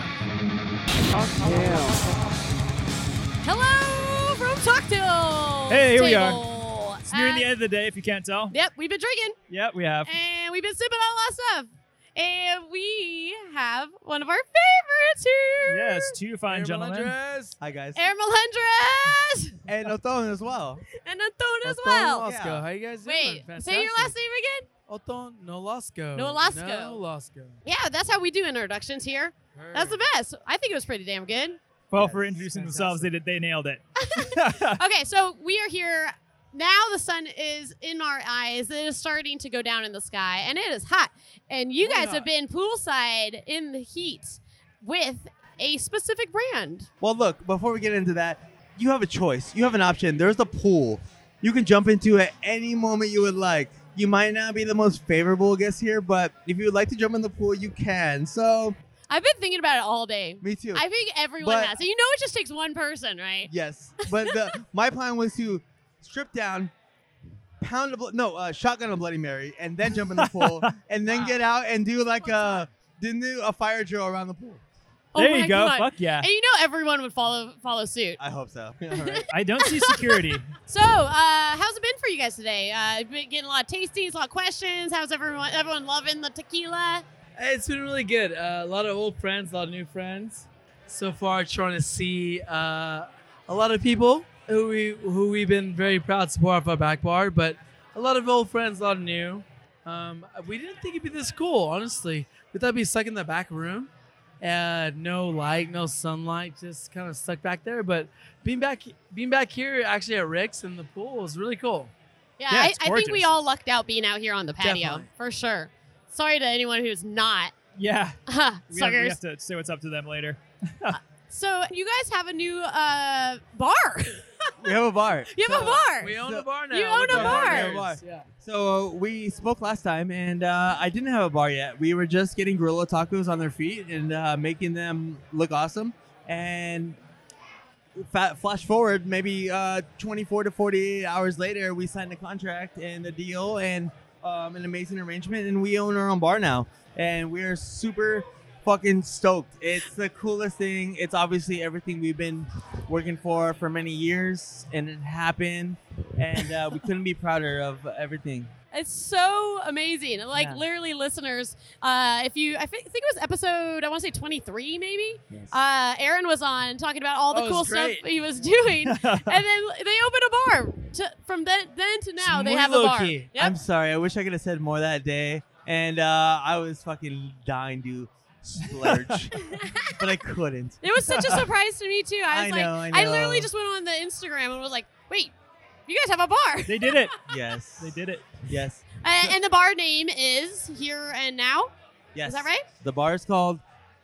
Speaker 2: Hello from Talktail.
Speaker 3: Hey, here we
Speaker 2: Table.
Speaker 3: are. It's nearing
Speaker 2: Uh,
Speaker 3: the end of the day, if you can't tell.
Speaker 2: Yep, we've been drinking
Speaker 3: Yeah, we have.
Speaker 2: and we've been sipping all our stuff. And we have one of our favorites here.
Speaker 3: Yes, two fine gentlemen.
Speaker 16: Hi guys.
Speaker 2: Air Melendres
Speaker 16: And Oton as well.
Speaker 2: and Anton as
Speaker 16: Oton
Speaker 2: well.
Speaker 16: Nolasco. How you guys
Speaker 2: Wait,
Speaker 16: doing?
Speaker 2: say your last name again.
Speaker 16: Oton Nolasco.
Speaker 2: Nolasco.
Speaker 16: Nolasco.
Speaker 2: Yeah, that's how we do introductions here. That's the best. I think it was pretty damn good.
Speaker 3: Well, for introducing themselves, they did. They nailed it.
Speaker 2: okay, so we are here. Now the sun is in our eyes. It is starting to go down in the sky, and it is hot. And you guys have been poolside in the heat with a specific brand.
Speaker 16: Well, look, before we get into that, you have a choice. You have an option. There's a pool you can jump into at any moment you would like. You might not be the most favorable guest here, but if you would like to jump in the pool, you can. So,
Speaker 2: I've been thinking about it all day.
Speaker 16: Me too.
Speaker 2: I think everyone
Speaker 16: But-
Speaker 2: has. So you know, it just takes one person, right?
Speaker 16: yes. But the, my plan was to strip down, pound a blo- no, uh, shotgun a Bloody Mary, and then jump in the pool, and then get out and do like a didn't do a fire drill around the pool.
Speaker 2: Oh my God. And you know, everyone would follow follow suit.
Speaker 16: I hope so.
Speaker 3: I don't see security.
Speaker 2: So, uh, how's it been for you guys today? Uh, been getting a lot of tastings, a lot of questions. How's everyone? Everyone loving the tequila?
Speaker 17: It's been really good. Uh, a lot of old friends, a lot of new friends. So far, trying to see uh, a lot of people who we who we've been very proud to support off our back bar, but a lot of old friends, a lot of new. Um, we didn't think it'd be this cool, honestly. We thought it'd be stuck in the back room, uh, no light, no sunlight, just kind of stuck back there. But being back being back here, actually at Rick's in the pool, was really cool.
Speaker 2: Yeah,
Speaker 17: Yeah,
Speaker 2: I,
Speaker 17: it's
Speaker 2: I think we
Speaker 17: gorgeous.
Speaker 2: all lucked out being out here on the patio
Speaker 17: Definitely.
Speaker 2: for sure. Sorry to anyone who's not.
Speaker 3: Yeah. we, have, we
Speaker 2: Ah, suckers.
Speaker 3: have to say what's up to them later.
Speaker 2: So you guys have a new uh, bar.
Speaker 16: We have a bar.
Speaker 2: You have a bar.
Speaker 17: We own a bar now.
Speaker 2: You own
Speaker 17: with
Speaker 2: a
Speaker 17: our
Speaker 2: bar.
Speaker 17: partners. Yeah.
Speaker 16: So uh, we spoke last time, and uh, I didn't have a bar yet. We were just getting gorilla tacos on their feet and uh, making them look awesome. And fa- flash forward, maybe uh, 24 to 48 hours later, we signed a contract and a deal and um, an amazing arrangement, and we own our own bar now. And we are super fucking stoked. It's the coolest thing. It's obviously everything we've been working for for many years, and it happened. And uh, we couldn't be prouder of everything.
Speaker 2: It's so amazing. Like
Speaker 16: Yeah.
Speaker 2: literally, listeners, uh, if you, I thi- think it was episode, I want to say twenty three, maybe. Uh, Aaron was on talking about all the
Speaker 17: Oh, it
Speaker 2: cool
Speaker 17: was
Speaker 2: stuff
Speaker 17: great.
Speaker 2: he was doing, and then they opened a bar. To, from then, then to now, they
Speaker 16: Muy
Speaker 2: have a bar.
Speaker 16: low-key.
Speaker 2: Yep.
Speaker 16: I'm sorry. I wish I could have said more that day. And uh, I was fucking dying to splurge, but I couldn't.
Speaker 2: It was such a surprise to me too. I
Speaker 16: I
Speaker 2: was
Speaker 16: know,
Speaker 2: like,
Speaker 16: I
Speaker 2: I, literally
Speaker 16: know.
Speaker 2: just went on the Instagram and was like, wait, you guys have a bar. Uh,
Speaker 3: They did it.
Speaker 16: Yes. They
Speaker 3: did it.
Speaker 16: Yes.
Speaker 2: and, and the bar name is Here and Now.
Speaker 16: Yes.
Speaker 2: Is that right?
Speaker 16: The bar is called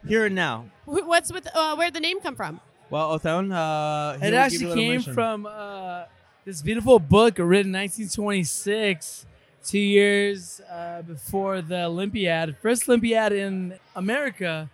Speaker 16: Here and Now.
Speaker 2: Wh- What's with uh, where the name come from?
Speaker 16: Well, Othon, Oh, uh, he will give
Speaker 17: It
Speaker 16: you a
Speaker 17: actually
Speaker 16: little
Speaker 17: came
Speaker 16: mention.
Speaker 17: from uh, this beautiful book written in 1926, two years uh, before the Olympiad, first Olympiad in America.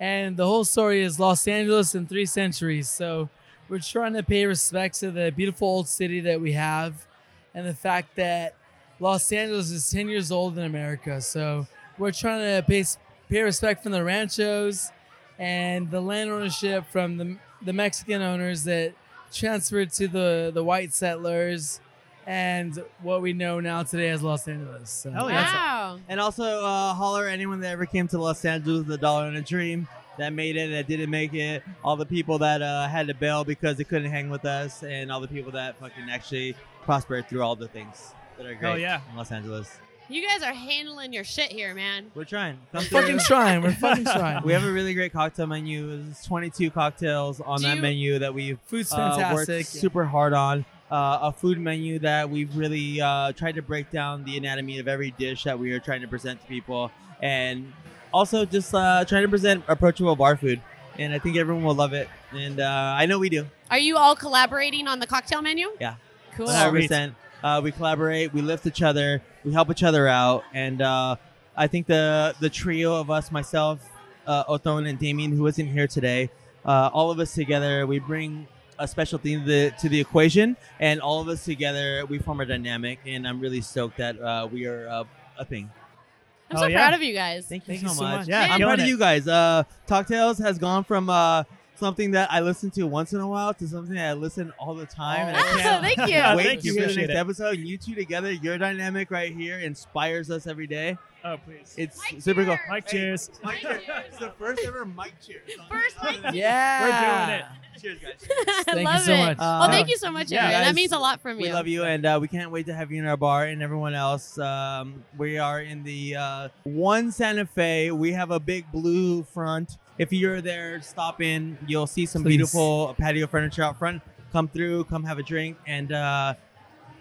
Speaker 17: And the whole story is Los Angeles in three centuries. So we're trying to pay respects to the beautiful old city that we have and the fact that Los Angeles is 10 years old in America. So we're trying to pay, pay respect from the ranchos and the land ownership from the, the Mexican owners that transferred to the, the white settlers and what we know now today as Los Angeles. So that's-
Speaker 2: Wow.
Speaker 16: And also, uh, holler at anyone that ever came to Los Angeles with a dollar and a dream that made it, that didn't make it, all the people that uh, had to bail because they couldn't hang with us, and all the people that fucking actually prospered through all the things that are
Speaker 3: Hell
Speaker 16: great
Speaker 3: yeah.
Speaker 16: in Los Angeles.
Speaker 2: You guys are handling your shit here, man.
Speaker 10: We're trying.
Speaker 16: Come
Speaker 10: We're
Speaker 16: through.
Speaker 10: fucking trying. We're fucking trying.
Speaker 16: We have a really great cocktail menu. It's 22 cocktails on
Speaker 10: Do
Speaker 16: that
Speaker 10: you-
Speaker 16: menu that we've
Speaker 10: Food's
Speaker 16: uh, worked
Speaker 10: fantastic.
Speaker 16: super hard on. Uh, a food menu that we've really uh, tried to break down the anatomy of every dish that we are trying to present to people, and also just uh, trying to present approachable bar food. And I think everyone will love it. And uh, I know we do.
Speaker 2: Are you all collaborating on the cocktail menu?
Speaker 16: Yeah.
Speaker 2: Cool.
Speaker 16: 100%. Uh, we collaborate, we lift each other, we help each other out. And uh, I think the, the trio of us, myself, uh, Othon, and Damien, who isn't here today, uh, all of us together, we bring a special thing to the, to the equation. And all of us together, we form a dynamic. And I'm really stoked that uh, we are uh, upping.
Speaker 2: I'm so proud of you guys.
Speaker 16: Oh, Thank
Speaker 2: you,
Speaker 16: so much. Yeah, I'm proud
Speaker 2: of
Speaker 16: of you guys. Uh, Talk Tales has gone from uh, something that I listen to once in a while to something that I listen all the time. and I
Speaker 2: Oh,
Speaker 16: can't
Speaker 2: thank you.
Speaker 16: Wait
Speaker 2: Thank
Speaker 16: to
Speaker 2: you.
Speaker 16: hear the
Speaker 2: Appreciate
Speaker 16: next
Speaker 2: it.
Speaker 16: episode. You two together, your dynamic right here inspires us every day.
Speaker 17: Oh, please.
Speaker 16: It's super cool.
Speaker 17: Mic cheers.
Speaker 16: Mic cheers. It's the first ever mic cheers.
Speaker 2: First mic cheers.
Speaker 16: Yeah.
Speaker 2: We're
Speaker 16: doing it. Cheers,
Speaker 2: guys.
Speaker 16: Thank you
Speaker 2: Love
Speaker 16: so
Speaker 2: it.
Speaker 16: much.
Speaker 2: well,
Speaker 16: Uh,
Speaker 2: thank you so much,
Speaker 16: yeah.
Speaker 2: Adrian.
Speaker 16: Guys,
Speaker 2: That means a lot from you.
Speaker 16: We love you, and uh, we can't wait to have you in our bar and everyone else. Um, we are in the uh, one Santa Fe. We have a big blue front. If you're there, stop in. You'll see some
Speaker 18: Please.
Speaker 16: beautiful patio furniture out front. Come through, come have a drink, and uh,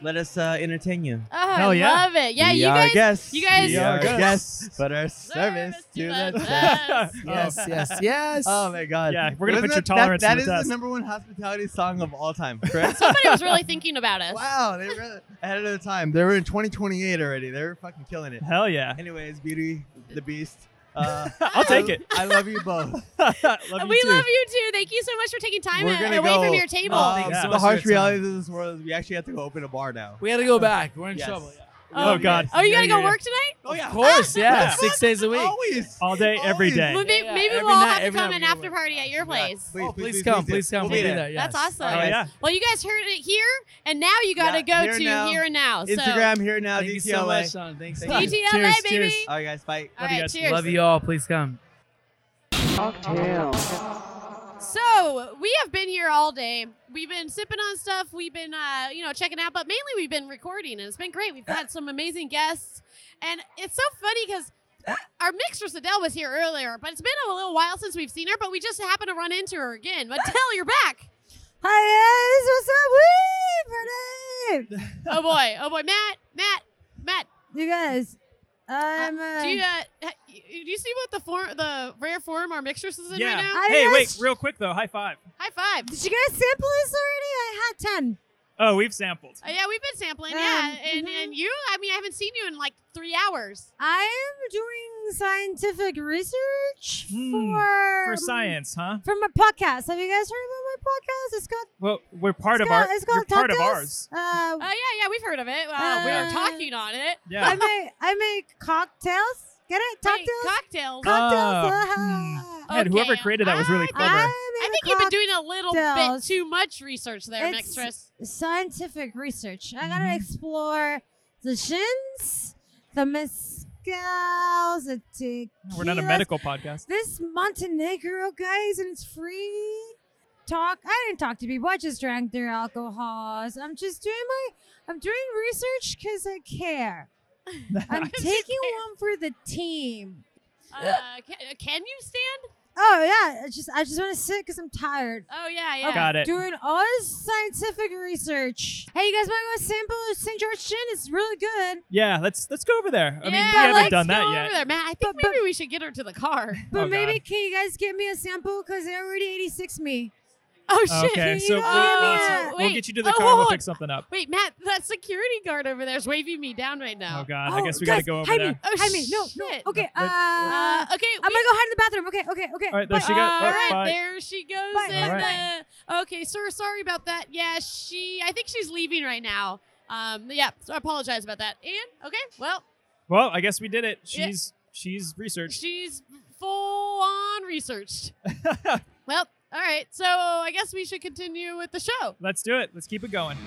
Speaker 16: let us uh, entertain you.
Speaker 2: Oh, I Hell yeah. love it. Yeah,
Speaker 16: we
Speaker 2: you
Speaker 16: are
Speaker 2: guys-
Speaker 16: Guests.
Speaker 2: you guys-
Speaker 16: We
Speaker 2: We
Speaker 16: are
Speaker 2: are
Speaker 16: guests, but our service, to the test.
Speaker 10: Yes, yes, yes.
Speaker 16: Oh my God.
Speaker 10: Yeah, we're gonna
Speaker 16: Wasn't
Speaker 10: put your
Speaker 16: that- that-
Speaker 10: tolerance to
Speaker 16: That
Speaker 10: the
Speaker 16: is
Speaker 10: test.
Speaker 16: the number one hospitality song of all time, correct?
Speaker 2: Somebody was really thinking about us.
Speaker 16: Wow, they really ahead of their time. They were in 2028 already. They were fucking killing it. Hell yeah. Anyways, Beauty the Beast. Uh,
Speaker 3: I'll take it.
Speaker 16: I love you both.
Speaker 2: we love you too. Thank you so much for taking time
Speaker 16: We're
Speaker 2: and
Speaker 16: gonna
Speaker 2: away
Speaker 16: go,
Speaker 2: from your table.
Speaker 16: uh,
Speaker 10: Oh,
Speaker 2: Thank you so
Speaker 16: the
Speaker 2: much for
Speaker 16: harsh
Speaker 2: your time.
Speaker 16: reality of this world is we actually have to go open a bar now.
Speaker 10: We gotta go back. We're in trouble. Um,
Speaker 2: Oh,
Speaker 3: God.
Speaker 2: Oh, you gotta go work tonight? Ah.
Speaker 16: Oh yeah.
Speaker 10: Of course, yeah.
Speaker 3: Yeah.
Speaker 10: Six days a week.
Speaker 16: Always.
Speaker 3: All day, every day.
Speaker 2: Well, maybe
Speaker 10: Yeah,
Speaker 2: maybe
Speaker 10: every
Speaker 2: we'll all
Speaker 10: night-
Speaker 2: have to
Speaker 10: every
Speaker 2: come
Speaker 10: night
Speaker 2: an
Speaker 10: we
Speaker 2: after party at your place.
Speaker 16: Please,
Speaker 10: please, please come, please come. We'll be there.
Speaker 2: That's awesome.
Speaker 16: Oh, yeah.
Speaker 2: Well, you guys heard it here, and now you got to
Speaker 16: Yeah,
Speaker 2: go
Speaker 16: here
Speaker 2: to
Speaker 16: now.
Speaker 2: here and now. So.
Speaker 16: Instagram here now.
Speaker 10: Thank you so
Speaker 16: DTLA.
Speaker 10: much, Sean. Thanks.
Speaker 2: DTLA, Cheers, baby. cheers.
Speaker 16: All right, guys. Bye.
Speaker 2: All Love you right, guys. cheers.
Speaker 10: Love you all. Please come.
Speaker 2: So we have been here all day. We've been sipping on stuff. We've been, uh, you know, checking out, but mainly we've been recording, and it's been great. We've had some amazing guests, and it's so funny because our mixer Adele was here earlier, but it's been a little while since we've seen her. But we just happened to run into her again. Adele, you're back.
Speaker 5: Hi guys, what's up? Woo, Pretty!
Speaker 2: Oh boy, oh boy, Matt, Matt, Matt.
Speaker 5: You guys, I'm. Uh,
Speaker 2: Do you, uh, ha- y- do you see what the form, the rare form our mixers is in right now?
Speaker 3: Hey, wait, real quick though. High five.
Speaker 2: High five.
Speaker 5: Did you guys sample this already? I had ten.
Speaker 3: Oh, we've sampled.
Speaker 2: Uh, yeah, we've been sampling.
Speaker 5: Um,
Speaker 2: yeah, and, and you, I mean, I haven't seen you in like three hours.
Speaker 5: I am doing scientific research for
Speaker 3: Hmm, For science, huh?
Speaker 5: for my podcast. Have you guys heard about my podcast? It's called.
Speaker 3: Well, we're part
Speaker 5: it's
Speaker 3: of our.
Speaker 5: called- It's
Speaker 3: you're
Speaker 5: called
Speaker 3: part of
Speaker 5: Cocktails.
Speaker 3: ours.
Speaker 5: Uh,
Speaker 2: Oh yeah, yeah, we've heard of it. Uh, we are
Speaker 5: Uh,
Speaker 2: talking on it.
Speaker 5: I make I make cocktails. Get it? Cocktails.
Speaker 2: cocktails.
Speaker 5: Cocktails.
Speaker 3: Oh.
Speaker 5: ah.
Speaker 3: Man, whoever created that was really clever.
Speaker 2: I think you've been doing a little bit
Speaker 5: cocktails.
Speaker 2: too much research there,
Speaker 5: It's
Speaker 2: mixtress.
Speaker 5: Scientific research. I
Speaker 3: Mm-hmm.
Speaker 5: gotta explore the shins, the mezcals, the tequilas.
Speaker 3: We're not a medical podcast.
Speaker 5: This Montenegro, guys, and it's free. Talk. I didn't talk to people. I just drank their alcohols. I'm just doing my. I'm doing research because I care. I'm taking one for the team.
Speaker 2: Uh, can, can you stand?
Speaker 5: Oh yeah, I just I just want to sit because I'm tired.
Speaker 2: Oh yeah,
Speaker 5: of
Speaker 2: yeah.
Speaker 5: Doing all this scientific research. Hey, you guys want to go sample St. George gin? It's really good.
Speaker 3: Yeah, let's let's go over there. I mean, we
Speaker 5: Yeah,
Speaker 3: haven't
Speaker 5: let's
Speaker 3: done
Speaker 5: go
Speaker 3: that
Speaker 5: over
Speaker 3: yet.
Speaker 2: Over there, Matt. I think maybe we should get her to the car.
Speaker 5: But
Speaker 3: Oh,
Speaker 5: maybe can you guys get me a sample? Cause they already 86 me.
Speaker 2: Oh
Speaker 3: shit. Okay, so we- we'll- we'll get you to the car and we'll pick something up.
Speaker 2: Wait, Matt, that security guard over there is waving me down right now.
Speaker 3: Oh God, I guess we gotta go over there.
Speaker 2: Oh,
Speaker 5: Hide me. No,
Speaker 2: no.
Speaker 5: Okay. Uh,
Speaker 2: okay.
Speaker 5: I'm gonna go hide in the bathroom. Okay. Okay. Okay.
Speaker 3: All right, there
Speaker 5: Bye.
Speaker 3: she goes.
Speaker 2: All
Speaker 3: Bye.
Speaker 2: right,
Speaker 3: Bye.
Speaker 2: there she goes.
Speaker 5: Bye.
Speaker 2: in
Speaker 3: All
Speaker 2: the- okay, sir, sorry about that. Yeah, she, I think she's leaving right now. Um, yeah, so I apologize about that. And, okay, well,
Speaker 3: Well, I guess we did it.
Speaker 2: Yeah.
Speaker 3: She's she's researched.
Speaker 2: she's full on researched. well, all right, so I guess we should continue with the show.
Speaker 3: Let's do it. Let's keep it going.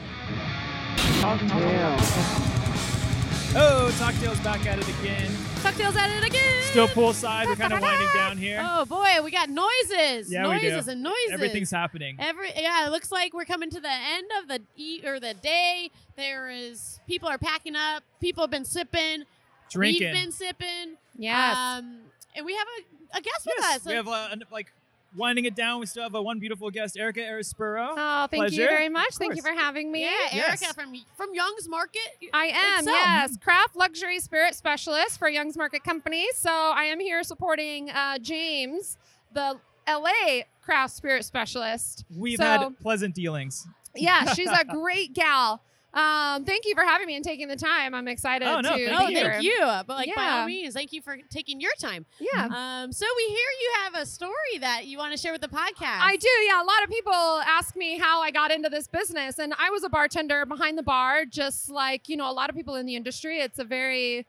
Speaker 3: Oh, Talktail's back at it again.
Speaker 2: Cocktails at it again.
Speaker 3: Still poolside. We're kind of winding down here.
Speaker 2: Oh boy, we got noises,
Speaker 3: yeah, we do.
Speaker 2: noises, and noises.
Speaker 3: Everything's happening.
Speaker 2: Every yeah, it looks like we're coming to the end of the e- or the day. There is people are packing up. People have been sipping.
Speaker 3: Drinking.
Speaker 2: We've been sipping.
Speaker 3: Yes.
Speaker 2: Um, and we have a, a guest with us.
Speaker 3: we have uh, an- like winding it down. We still have uh, one beautiful guest, Erica Arispuro.
Speaker 19: Oh, thank you
Speaker 3: Pleasure.
Speaker 19: very much.
Speaker 3: Of
Speaker 19: Thank you
Speaker 3: course.
Speaker 19: for having me.
Speaker 2: yeah, Erica
Speaker 19: Yes.
Speaker 2: from from Young's Market.
Speaker 19: I am,
Speaker 2: itself.
Speaker 19: yes, craft luxury spirit specialist for Young's Market Company. So I am here supporting uh, James, the LA craft spirit specialist.
Speaker 3: We've
Speaker 19: So-
Speaker 3: had pleasant dealings.
Speaker 19: yeah, she's a great gal. Um, thank you for having me and taking the time. I'm excited
Speaker 2: Oh, no,
Speaker 19: to
Speaker 2: thank
Speaker 19: be
Speaker 2: you.
Speaker 19: here.
Speaker 2: Thank you, but, like, by all
Speaker 19: Yeah.
Speaker 2: means, thank you for taking your time.
Speaker 19: Yeah.
Speaker 2: Um, so we hear you have a story that you want to share with the podcast.
Speaker 19: I do, yeah. A lot of people ask me how I got into this business, and I was a bartender behind the bar, just like you know a lot of people in the industry. It's a very,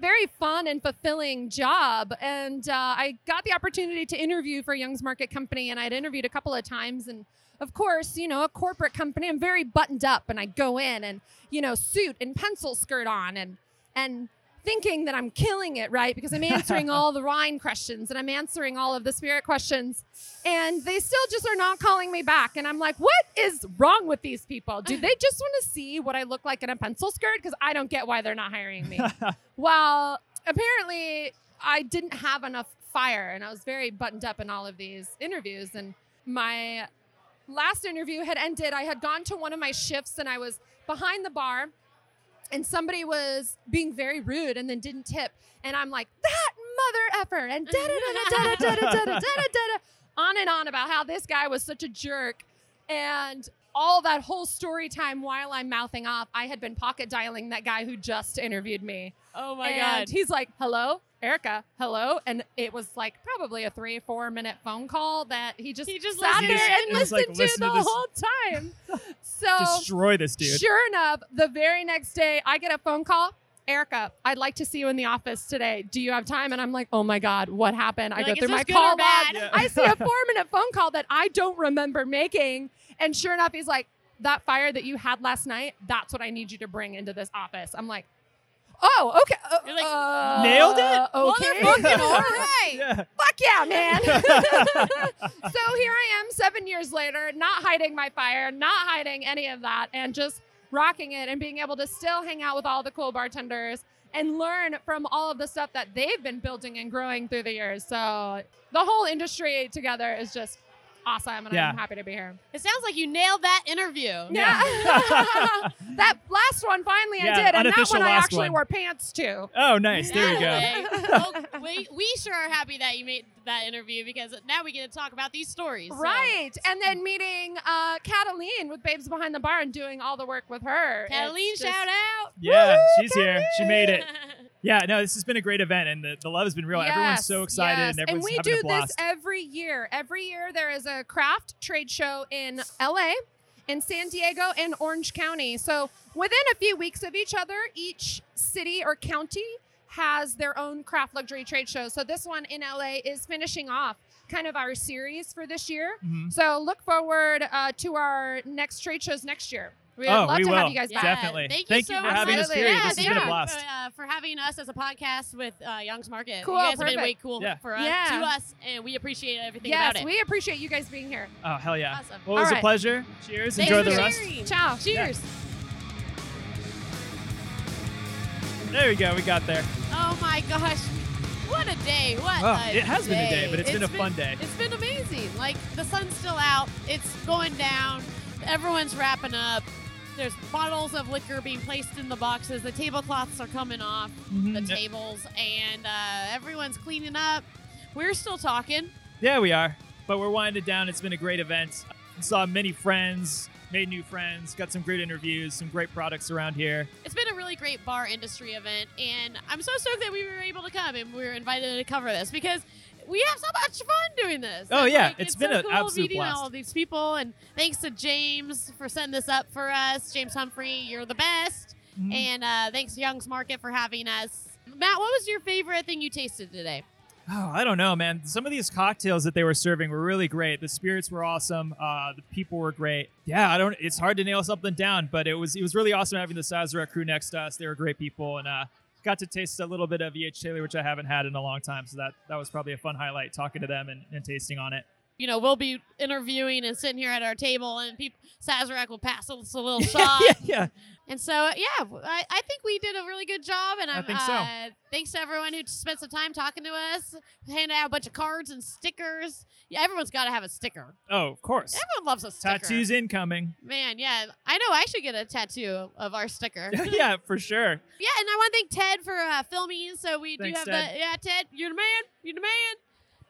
Speaker 19: very fun and fulfilling job, and uh, I got the opportunity to interview for Young's Market Company, and I'd interviewed a couple of times, and of course, you know, a corporate company, I'm very buttoned up, and I go in and you know suit and pencil skirt on, and and thinking that I'm killing it, right? Because I'm answering all the wine questions and I'm answering all of the spirit questions. And they still just are not calling me back. And I'm like, what is wrong with these people? Do they just want to see what I look like in a pencil skirt? Because I don't get why they're not hiring me. well, apparently I didn't have enough fire and I was very buttoned up in all of these interviews. And my last interview had ended. I had gone to one of my shifts and I was behind the bar and somebody was being very rude and then didn't tip and i'm like that mother effer and da da da da da da da da da da on and on about how this guy was such a jerk and all that whole story time while i'm mouthing off i had been pocket dialing that guy who just interviewed me
Speaker 2: Oh my
Speaker 19: and
Speaker 2: God.
Speaker 19: he's like hello erica hello and it was like probably a three four minute phone call that he just he just sat
Speaker 3: listened.
Speaker 19: there and
Speaker 3: He was
Speaker 19: listened
Speaker 3: like,
Speaker 19: to
Speaker 3: "Listen
Speaker 19: the
Speaker 3: to this."
Speaker 19: whole time so
Speaker 3: Destroy this dude.
Speaker 19: Sure enough, the very next day, I get a phone call. Erica, I'd like to see you in the office today. Do you have time? And I'm like, oh my God, what happened? I
Speaker 2: You're
Speaker 19: go
Speaker 2: like,
Speaker 19: through
Speaker 2: "Is
Speaker 19: my
Speaker 2: this good or
Speaker 19: call log.
Speaker 2: bad?" Yeah.
Speaker 19: I see a four minute phone call that I don't remember making. And sure enough, he's like, that fire that you had last night, that's what I need you to bring into this office. I'm like, oh, okay. uh, uh,
Speaker 3: Nailed it?
Speaker 19: Okay.
Speaker 3: Motherfucking
Speaker 19: all right. Fuck yeah, man. so here I am seven years later, not hiding my fire, not hiding any of that, and just rocking it and being able to still hang out with all the cool bartenders and learn from all of the stuff that they've been building and growing through the years. So the whole industry together is just awesome, and
Speaker 2: Yeah.
Speaker 19: I'm happy to be here.
Speaker 2: It sounds like you nailed that interview.
Speaker 19: Yeah. that last one finally
Speaker 3: Yeah,
Speaker 19: I did, and that
Speaker 3: unofficial
Speaker 19: one I
Speaker 3: last
Speaker 19: actually
Speaker 3: one.
Speaker 19: wore pants to.
Speaker 3: Oh, nice. There you go.
Speaker 2: Anyway, well, we, we sure are happy that you made that interview because now we get to talk about these stories. so.
Speaker 19: Right. And then meeting uh, Cataline with Babes Behind the Bar and doing all the work with her. It's
Speaker 2: Cataline,
Speaker 19: just-
Speaker 2: shout out.
Speaker 3: Yeah, she's here. She made it. Yeah, no, this has been a great event, and the, the love has been real. everyone's so
Speaker 19: Yes,
Speaker 3: excited,
Speaker 19: yes.
Speaker 3: and everyone's
Speaker 19: we
Speaker 3: having
Speaker 19: do
Speaker 3: a blast.
Speaker 19: this every year. Every year there is a craft trade show in LA, in San Diego, and Orange County. So within a few weeks of each other, each city or county has their own craft luxury trade show. So this one in LA is finishing off kind of our series for this year.
Speaker 3: Mhm.
Speaker 19: So look forward uh, to our next trade shows next year. We'd
Speaker 3: Oh,
Speaker 19: love
Speaker 3: we
Speaker 19: to
Speaker 3: will.
Speaker 19: have you guys back.
Speaker 3: Definitely.
Speaker 2: Thank,
Speaker 3: Thank
Speaker 2: you,
Speaker 3: you
Speaker 2: so
Speaker 3: for
Speaker 2: much.
Speaker 3: having us here.
Speaker 2: Yeah,
Speaker 3: This has
Speaker 2: thank
Speaker 3: been a
Speaker 2: you
Speaker 3: blast.
Speaker 2: For, uh, for having us as a podcast with uh, Young's Market.
Speaker 19: Cool,
Speaker 2: You guys have
Speaker 19: perfect.
Speaker 2: been way cool
Speaker 19: Yeah.
Speaker 2: for us,
Speaker 19: Yeah.
Speaker 2: to us, and we appreciate everything
Speaker 19: yes,
Speaker 2: about it.
Speaker 19: we appreciate you guys being here.
Speaker 3: Oh, hell yeah.
Speaker 19: Awesome.
Speaker 3: Well, it was
Speaker 19: All right.
Speaker 3: a pleasure. Cheers.
Speaker 19: Thanks
Speaker 3: Enjoy
Speaker 19: for
Speaker 3: the rest.
Speaker 19: sharing. Ciao. Cheers.
Speaker 3: There we go. We got there.
Speaker 2: Oh my gosh. What a day. What
Speaker 3: Wow.
Speaker 2: a
Speaker 3: It has been a day, but it's been a fun day.
Speaker 2: It's been amazing. Like the sun's still out, it's going down, everyone's wrapping up. There's bottles of liquor being placed in the boxes. The tablecloths are coming off the
Speaker 3: Mm-hmm. Yep.
Speaker 2: tables, and uh, everyone's cleaning up. We're still talking.
Speaker 3: Yeah, we are. But we're winded down. It's been a great event. Saw many friends, made new friends, got some great interviews, some great products around here.
Speaker 2: It's been a really great bar industry event, and I'm so stoked that we were able to come and we were invited to cover this because we have so much fun doing this.
Speaker 3: Oh,
Speaker 2: And,
Speaker 3: yeah.
Speaker 2: like,
Speaker 3: It's been
Speaker 2: so
Speaker 3: an
Speaker 2: cool
Speaker 3: absolute
Speaker 2: meeting
Speaker 3: blast.
Speaker 2: all of these people, and thanks to James for setting this up for us. James Humphrey, you're the best,
Speaker 3: Mhm.
Speaker 2: and uh, thanks to Young's Market for having us. Matt, what was your favorite thing you tasted today?
Speaker 3: Oh, I don't know, man. Some of these cocktails that they were serving were really great. The spirits were awesome. Uh, the people were great. Yeah, I don't. It's hard to nail something down, but it was it was really awesome having the Sazerac crew next to us. They were great people, and uh, got to taste a little bit E of E.H. Taylor, which I haven't had in a long time. So that that was probably a fun highlight talking to them and, and tasting on it.
Speaker 2: you know, we'll be interviewing and sitting here at our table, and people, Sazerac will pass us a little shot.
Speaker 17: yeah.
Speaker 2: And so, yeah, I, I think we did a really good job. And
Speaker 17: I
Speaker 2: I'm,
Speaker 17: think so.
Speaker 2: Uh, thanks to everyone who spent some time talking to us, handing out a bunch of cards and stickers. Yeah, everyone's got to have a sticker.
Speaker 3: Oh, of course.
Speaker 2: Everyone loves a sticker.
Speaker 3: Tattoos incoming.
Speaker 2: Man, yeah. I know I should get a tattoo of our sticker.
Speaker 3: yeah, for sure.
Speaker 2: Yeah, and I want to thank Ted for uh, filming. So we
Speaker 3: Thanks,
Speaker 2: do have
Speaker 3: Ted.
Speaker 2: the yeah, Ted, you're the man, you're the man,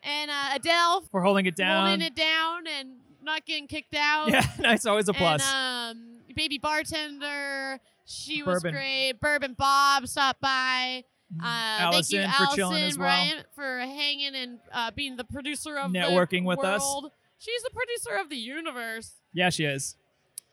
Speaker 2: and uh, Adele
Speaker 3: For holding it down.
Speaker 2: holding it down and not getting kicked out.
Speaker 3: Yeah, that's always a plus.
Speaker 2: And, um, baby bartender, she
Speaker 3: Bourbon. Mm-hmm.
Speaker 2: was great. Bourbon Bob stopped by. Uh,
Speaker 3: Allison
Speaker 2: thank you,
Speaker 3: for chilling
Speaker 2: Allison
Speaker 3: as well.
Speaker 2: Bryant, for hanging and uh, being the producer of the
Speaker 3: Networking with us.
Speaker 2: world. She's the producer of the universe.
Speaker 3: yeah, she is.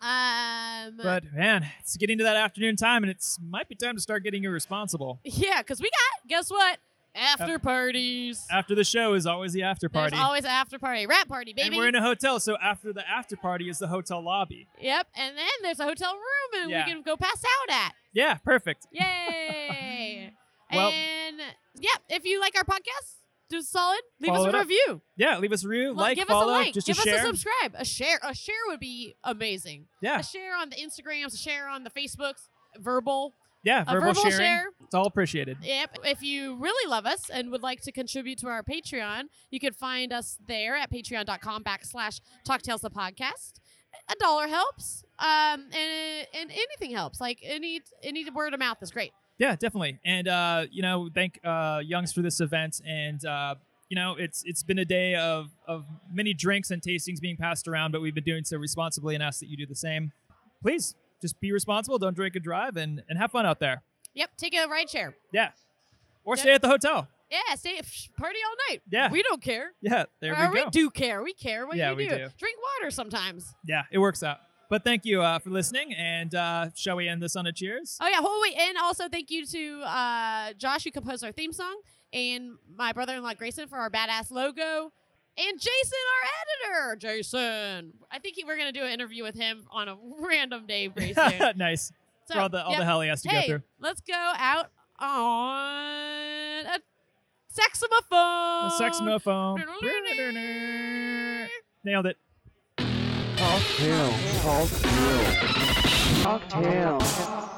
Speaker 2: Um,
Speaker 3: But man, it's getting to that afternoon time, and it's might be time to start getting irresponsible.
Speaker 2: Yeah, because we got, guess what? After parties.
Speaker 3: After the show is always the after party.
Speaker 2: There's always an after party. Rap party, baby.
Speaker 3: and we're in a hotel, so after the after party is the hotel lobby.
Speaker 2: Yep, and then there's a hotel room and
Speaker 3: Yeah.
Speaker 2: we can go pass out at.
Speaker 3: Yeah, perfect.
Speaker 2: Yay!
Speaker 3: Well-
Speaker 2: and yeah, if you like our podcast, do us a solid. Leave
Speaker 3: Follow
Speaker 2: us
Speaker 3: it
Speaker 2: a
Speaker 3: up.
Speaker 2: review.
Speaker 3: Yeah, leave us a review,
Speaker 2: Lo-
Speaker 3: like,
Speaker 2: give
Speaker 3: follow,
Speaker 2: us a like.
Speaker 3: just
Speaker 2: give
Speaker 3: a
Speaker 2: us
Speaker 3: share.
Speaker 2: a subscribe. A share. A share would be amazing.
Speaker 3: Yeah.
Speaker 2: A share on the Instagrams. A share on the Facebooks. Verbal.
Speaker 3: yeah,
Speaker 2: a
Speaker 3: verbal,
Speaker 2: verbal
Speaker 3: sharing.
Speaker 2: share.
Speaker 3: It's all appreciated.
Speaker 2: Yep. If you really love us and would like to contribute to our Patreon, you can find us there at patreon.com backslash talktales the podcast. A dollar helps. Um, and, and anything helps. Like any any word of mouth is great.
Speaker 3: Yeah, definitely. And uh, you know, thank uh, Youngs for this event. And uh, you know, it's it's been a day of of many drinks and tastings being passed around, but we've been doing so responsibly, and ask that you do the same. Please, just be responsible. Don't drink and drive, and and have fun out there.
Speaker 2: Yep. Take a ride share.
Speaker 3: Yeah, or
Speaker 2: Yeah.
Speaker 3: stay at the hotel.
Speaker 2: Yeah. Stay psh, party all night.
Speaker 3: Yeah.
Speaker 2: We don't care.
Speaker 3: Yeah, there
Speaker 2: Or
Speaker 3: we go.
Speaker 2: do care. We care what
Speaker 3: Yeah,
Speaker 2: you
Speaker 3: we
Speaker 2: do.
Speaker 3: do.
Speaker 2: Drink water sometimes.
Speaker 3: Yeah, it works out. But thank you uh, for listening, and uh, shall we end this on a cheers?
Speaker 2: Oh yeah, oh wait, and also thank you to uh, Josh who composed our theme song, and my brother-in-law Grayson for our badass logo, and Jason our editor. Jason, I think he, we're gonna do an interview with him on a random day pretty soon.
Speaker 3: nice.
Speaker 2: Oh, So,
Speaker 3: for all the all
Speaker 2: yeah.
Speaker 3: the hell he has to
Speaker 2: Hey,
Speaker 3: go through.
Speaker 2: Let's go out on a saxophone.
Speaker 3: The saxophone. Nailed it.
Speaker 1: Cocktail. Cocktail. Cocktail.